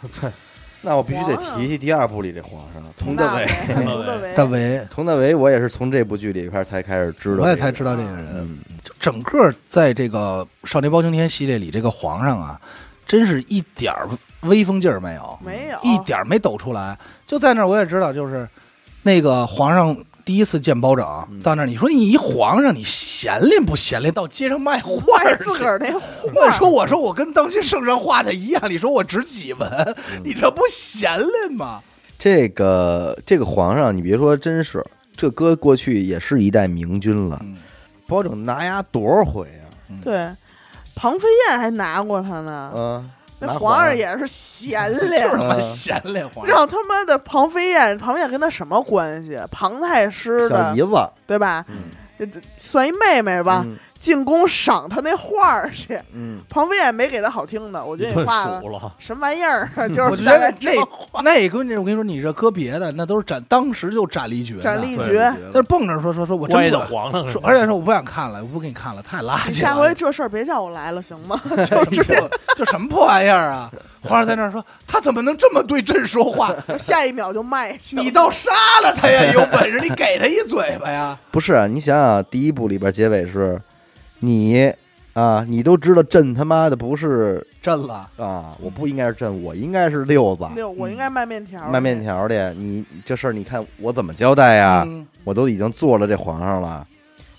S1: 那我必须得
S3: 皇上
S1: 提提第二部里这皇上佟大为，
S4: 佟
S3: 佟
S4: 大
S3: 大
S4: 为
S3: 为，
S2: 大为，
S1: 佟大为，我也是从这部剧里边才开始知道，
S2: 我也才知道这个人。
S1: 嗯，
S2: 就整个在这个《少年包青天》系列里，这个皇上啊，真是一点儿威风劲儿没有，
S3: 没有
S2: 一点儿没抖出来。就在那儿，我也知道，就是那个皇上第一次见包拯，
S1: 嗯
S2: 到那儿你说你一皇上，你闲练不闲练？到街上卖画
S3: 卖
S2: 儿去
S3: 自个儿 那 画，
S2: 我说，我说我跟当今圣上画的一样，你说我值几文？你这不闲练吗？
S1: 这个这个皇上，你别说，真是这搁过去也是一代明君了。
S2: 嗯
S1: 包拯拿牙多少回啊？
S3: 对，庞飞燕还拿过他呢。
S1: 嗯，
S3: 那
S1: 拿
S3: 皇
S1: 上
S3: 上也是闲
S2: 就是
S3: 的，
S2: 他妈闲练皇上。
S3: 让他妈的庞飞燕，庞飞燕跟他什么关系？庞太师
S1: 小
S3: 的
S1: 姨，子，
S3: 对吧？
S1: 嗯
S3: 算一妹妹吧，
S1: 嗯
S3: 进宫赏他那画儿去。
S1: 嗯，
S3: 庞飞燕没给他好听的，我觉得
S4: 一
S3: 你
S4: 顿
S3: 画的
S4: 数了，
S3: 什么玩意儿啊？就是
S2: 我就觉
S3: 大
S2: 得
S3: 概这
S2: 那那闺女，我跟你说，你这搁别的，那都是斩，当时就斩立决的。
S3: 斩立
S4: 对
S3: 决，
S2: 但是蹦着说说说，我真
S4: 歪
S2: 不
S4: 的
S2: 敢
S4: 皇上是
S2: 说，
S4: 吧，
S2: 而且说我不想看了，我不给你看了，太垃
S3: 你
S2: 圾了。
S3: 下 回这事儿别叫我来了，行吗？
S2: 就直接就什么破玩意儿啊！皇上在那儿说，他怎么能这么对朕说话？
S3: 下一秒就卖去了。
S2: 你倒杀了他呀！有本事你给他一嘴巴呀！
S1: 不是啊，你想想，第一部里边结尾是，你啊，你都知道朕他妈的不是
S2: 朕了，
S1: 啊，我不应该是朕，我应该是六子
S3: 六，我应该卖面条，
S1: 卖面。条的，你这事儿你看我怎么交代呀？
S2: 嗯
S1: 我都已经做了这皇上了，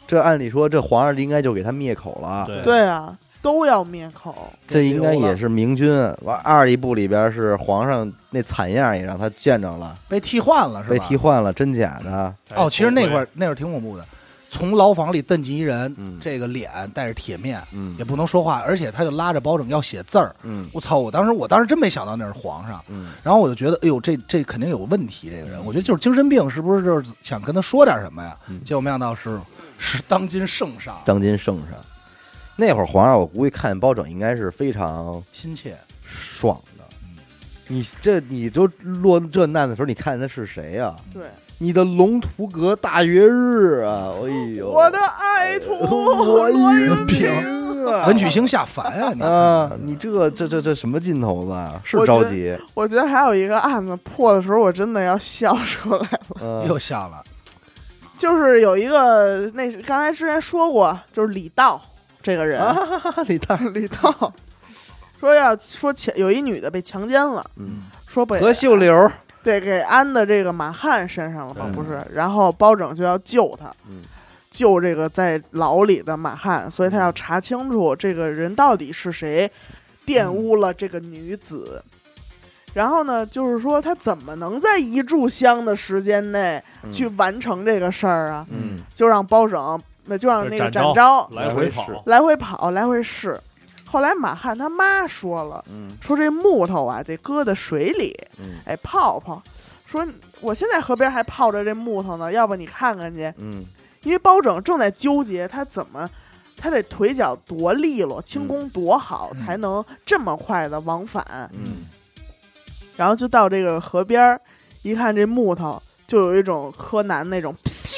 S1: 这按理说这皇上应该就给他灭口了。
S4: 对
S3: 对啊，都要灭口。
S1: 这应该也是明君。完二一部里边是皇上那惨样也让他见着了，
S2: 被替换了是吧？
S1: 被替换了，真假的？
S4: 哎
S2: 哦，其实那会儿那会儿挺恐怖的，从牢房里蹬进一人，
S1: 嗯
S2: 这个脸带着铁面，
S1: 嗯
S2: 也不能说话，而且他就拉着包拯要写字儿。
S1: 嗯
S2: 我操！我当时我当时真没想到那是皇上，
S1: 嗯
S2: 然后我就觉得，哎呦，这这肯定有问题，这个人，我觉得就是精神病，是不是就是想跟他说点什么呀？
S1: 嗯
S2: 结果没想到是是当今圣上
S1: 当今圣上，那会儿皇上，我估计看包拯应该是非常
S2: 亲切，
S1: 爽的。你这你都落这难的时候，你看的是谁呀、
S3: 对，
S1: 你的龙图阁大月日啊！哎呦，
S3: 我的爱徒
S1: 哎我
S3: 罗
S1: 云
S3: 云
S1: 平
S3: 平。
S1: 啊，
S2: 文曲星下凡啊！你看
S1: 啊！你这这这这什么劲头子啊？是
S3: 我觉
S1: 着
S3: 得
S1: 急，
S3: 我觉得还有一个案子破的时候，我真的要笑出来。
S1: 嗯
S2: 又下了，
S3: 就是有一个那是刚才之前说过，就是李道这个人，
S1: 啊李大
S3: 李道说要说强有一女的被强奸了，
S1: 嗯
S3: 说被
S1: 何秀柳，
S3: 对，给安的这个马汉身上了吧？
S4: 对
S3: 不是，然后包拯就要救他，
S1: 嗯
S3: 救这个在牢里的马汉，所以他要查清楚这个人到底是谁玷污了这个女子。然后呢，就是说他怎么能在一炷香的时间内去完成这个事儿啊？
S1: 嗯，
S3: 就让包拯，那就让那个
S4: 展
S3: 展
S4: 昭
S3: 昭
S4: 来回跑
S1: 来回试，
S3: 来回跑，来回试。后来马汉他妈说了，
S1: 嗯
S3: 说这木头啊得搁在水里，
S1: 嗯
S3: 哎泡泡，说我现在河边还泡着这木头呢，要不你看看去。
S1: 嗯
S3: 因为包拯正在纠结他怎么，他得腿脚多利
S1: 嗯
S3: 落，轻功多好，
S2: 嗯
S3: 才能这么快的往返。
S1: 嗯
S3: 然后就到这个河边儿，一看这木头，就有一种柯南那种噗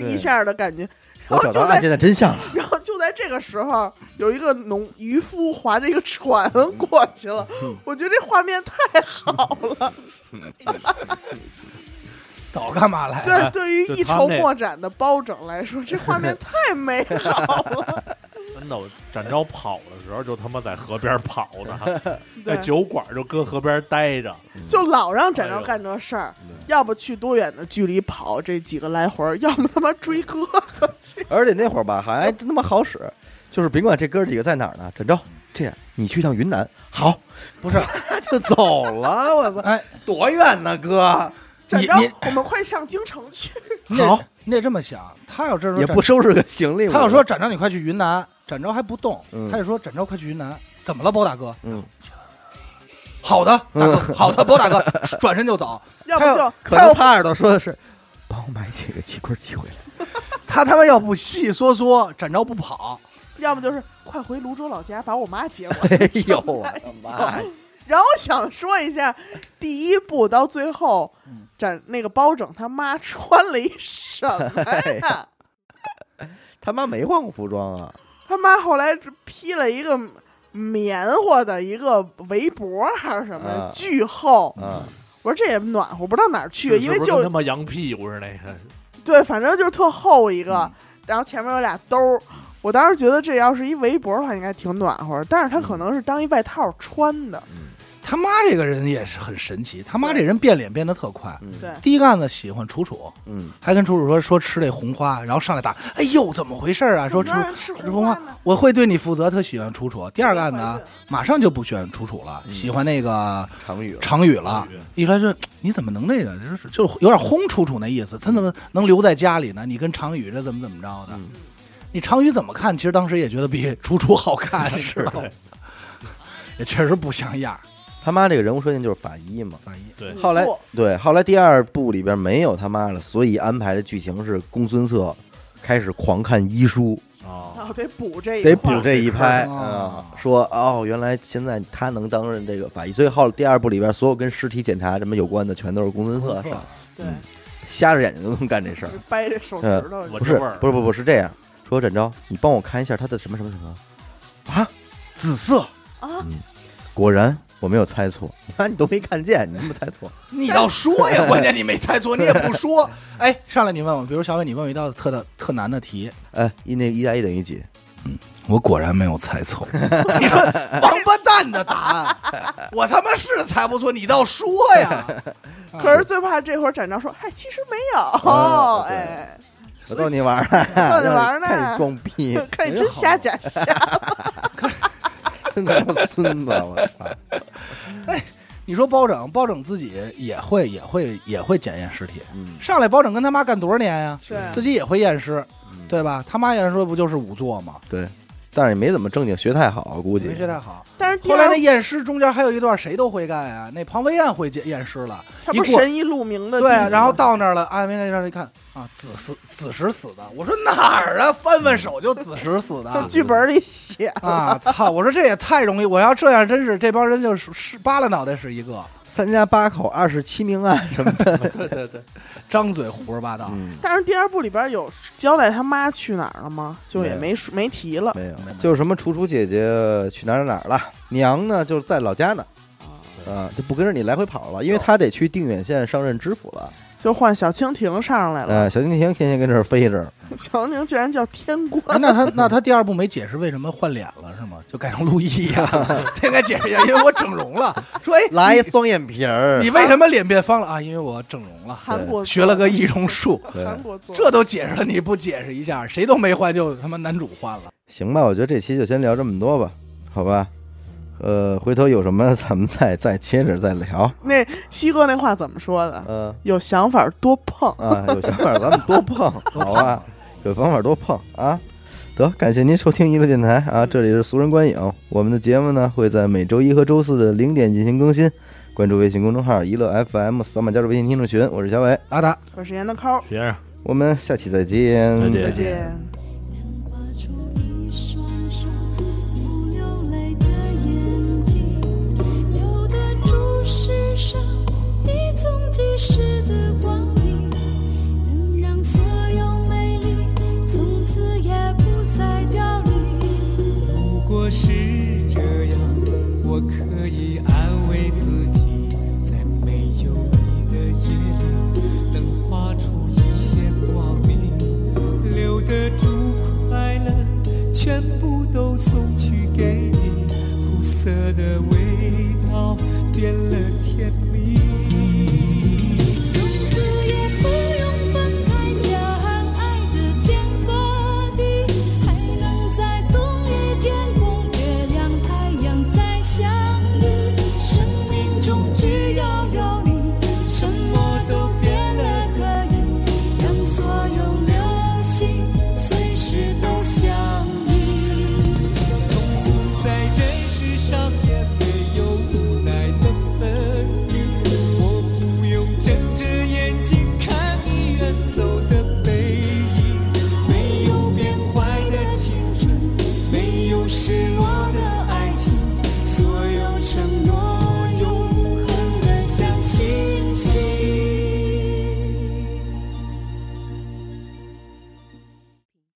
S1: 对
S3: 一下的感觉。然
S1: 我
S3: 后
S1: 找
S3: 哦就
S1: 到案
S3: 在，
S1: 件的真相了。
S3: 然后就在这个时候，有一个农渔夫划着一个船过去了。我觉得这画面太好了，
S2: 早干嘛来
S3: 对，
S2: 了？
S3: 对于
S4: 嗯就
S3: 一
S4: 他
S3: 筹
S4: 们那
S3: 莫展的包拯来说，这画面太美好了。
S4: 真的，我展昭跑的时候就他妈在河边跑的，在
S3: 对。
S4: 酒馆就搁河边待着，
S3: 就老让展昭
S4: 哎呦
S3: 干这事儿，要不去多远的距离跑这几个来回儿，要么他妈追鸽子去。
S1: 而且那会儿吧，好像还真他妈好使，就是甭管这哥几个在哪儿呢，展昭这样，你去趟云南，好，
S2: 不是，
S1: 就走了。我操，
S2: 哎，
S1: 多远呢，哥？
S3: 展
S2: 你
S3: 昭
S2: 你，
S3: 我们快上京城去。
S2: 你得
S1: 好，
S2: 你得这么想。他要这时候
S1: 也
S2: 展
S1: 不收拾个行李。
S2: 他要
S1: 我
S2: 说展昭，你快去云南，展昭还不动，
S1: 嗯
S2: 他就说展昭快去云南，怎么了，包大哥？
S1: 嗯，
S2: 好的，大哥，好的，包大哥，转身就走。
S3: 要不
S2: 他
S3: 就
S1: 可
S2: 他
S1: 能
S2: 要
S1: 帕耳朵说的是，帮我买几个鸡块鸡回来。
S2: 他他妈要不细缩缩，展昭不跑，
S3: 要么就是快回泸州老家把我妈接过来。
S1: 哎呦我的妈呀！
S3: 然后想说一下，第一部到最后
S2: 嗯，
S3: 展那个包拯他妈穿了一什么呀？
S1: 他妈没换过服装啊！
S3: 他妈后来只披了一个棉花的一个围脖还是什么，
S1: 啊
S3: 巨厚。
S1: 啊，
S3: 我说这也暖和不到哪儿去，
S4: 是
S3: 因为
S4: 是不是
S3: 就
S4: 跟他妈羊屁股似的那个，
S3: 对，反正就是特厚一个，然后前面有俩兜儿。我当时觉得这要是一围脖的话，应该挺暖和，但是他可能是当一外套穿的。
S2: 他妈这个人也是很神奇，他妈这人变脸变得特快。
S1: 嗯
S3: 对，
S2: 第一案子喜欢楚楚，
S1: 嗯，
S2: 还跟楚楚说说吃这红花，然后上来打，哎呦怎么回事啊？说楚
S3: 怎么让人吃
S2: 吃
S3: 红
S2: 红花
S3: 呢？，
S2: 我会对你负责。特喜欢楚楚。第二个案子啊
S3: 对
S2: 马上就不选楚楚
S1: 嗯
S2: 了，喜欢那个
S1: 常宇了，
S2: 常宇了。一来就你怎么能那个，就是就有点轰楚楚那意思，他怎么能留在家里呢？你跟常宇这怎么怎么着的？
S1: 嗯
S2: 你常宇怎么看？其实当时也觉得比楚楚好 看，你知道吗？也确实不像样儿。
S1: 他妈这个人物设定就是法医嘛。
S2: 万一
S4: 对
S3: 你
S1: 后来
S3: 做
S1: 对，后来第二部里边没有他妈了，所以安排的剧情是公孙策开始狂看医书，
S4: 啊，
S3: 啊，得补这一
S1: 得
S3: 块
S1: 补
S3: 儿
S1: 这一拍
S2: 哦
S1: 啊、说哦，原来现在他能担任这个法医，所以后来第二部里边所有跟尸体检查什么有关的，全都是公孙策上，
S3: 对，
S1: 瞎着眼睛都能干这事儿。
S3: 掰着手指头。
S4: 我
S1: 不是
S4: 这味儿，
S1: 不是，不是，不是这样。说展昭，你帮我看一下他的什么什么什么啊？紫色
S3: 啊
S1: 嗯，果然我没有猜错， 那、你都没看见，你他妈猜错。
S2: 你要说 呀，关键你没猜错，你也不说。 哎，上来你问我，比如小伟，你问我一道特的特难的题，
S1: 哎，一那一加一等于几？
S2: 我果然没有猜错。 你说王八蛋的答 案，我他妈是猜不错，你倒说呀。
S3: 可是最怕这会儿展昭说：“嗨，其实没有。
S1: 啊对
S3: 哎，
S1: 我逗你玩儿呢，
S3: 逗哎你玩儿呢
S1: 看你装逼，
S3: 看你真瞎假 瞎。
S1: 真他妈孙子！我操，
S2: 你说包拯，包拯自己也会也会也会检验尸体。
S1: 嗯
S2: 上来包拯跟他妈干多少年呀、
S3: 对
S2: 自己也会验尸，
S1: 嗯
S2: 对吧？他妈验尸不就是仵作吗？
S1: 对，但是也没怎么正经学太好，啊估计
S2: 没学太好。
S3: 但是第
S2: 后来
S3: 二
S2: 那，验尸中间还有一段谁都会干呀、那庞飞燕会检验尸了，
S3: 他
S2: 一
S3: 不是
S2: 过
S3: 神医陆明的弟
S2: 对
S3: 子
S2: 啊，
S3: 吗
S2: 然后到那儿了，安慰那上一看啊，子时子时死的。我说哪儿啊？翻翻手就子时死
S3: 在
S2: 的。
S3: 剧本里写，
S2: 啊！操！我说这也太容易，我要这样真是这帮人就是是扒拉脑袋是一个，
S1: 三家八口二十七命案什么的。
S4: 对对对，
S2: 张嘴胡说八道。
S1: 嗯，
S3: 但是第二部里边有交代他妈去哪儿了吗？就也没说没提了。
S1: 没有
S2: 没有，
S1: 就是什么楚楚姐姐去哪儿哪儿了，娘呢就是在老家呢，啊，哦就不跟着你来回跑了，因为她得去定远县上任知府了。
S3: 就换小蜻蜓上来了，
S1: 呃，小蜻蜓天天跟这儿飞着，
S3: 小蜻蜓竟然叫天官，
S2: 哎那他那他第二部没解释为什么换脸了是吗？就改成陆毅 呀、这应该解释一下，因为我整容了。说哎，
S1: 来双眼皮儿
S2: 你，为什么脸变方了啊？因为我整容了，
S3: 韩国
S2: 学了个易容术，
S1: 对
S3: 韩国做
S2: 这都解释了，你不解释一下，谁都没换，就他妈男主换了。
S1: 行吧，我觉得这期就先聊这么多吧，好吧？呃，回头有什么咱们再再接着再聊。
S3: 那西哥那话怎么说的？
S1: 嗯、
S3: 有想法多 碰，
S1: 啊，有想法咱们 多碰，好吧？有方法多碰啊！得，感谢您收听娱乐电台啊，这里是俗人观影，我们的节目呢会在每周一和周四的零点进行更新。关注微信公众号“一乐 FM”，扫码加入微信听众群。我是小伟，
S2: 阿达，
S3: 我是严的抠儿，
S4: 学生。
S1: 我们下期再见，
S4: 再见
S3: 再见。
S5: 能画出一双双不流泪的眼睛，留得住世上一纵即逝的光阴，能让所有美丽从此也不再凋零。
S6: 如果是这样，我可以安慰自己，在没有你的夜里，能画出一线光明，留得住快乐，全部都送去给你。苦涩的味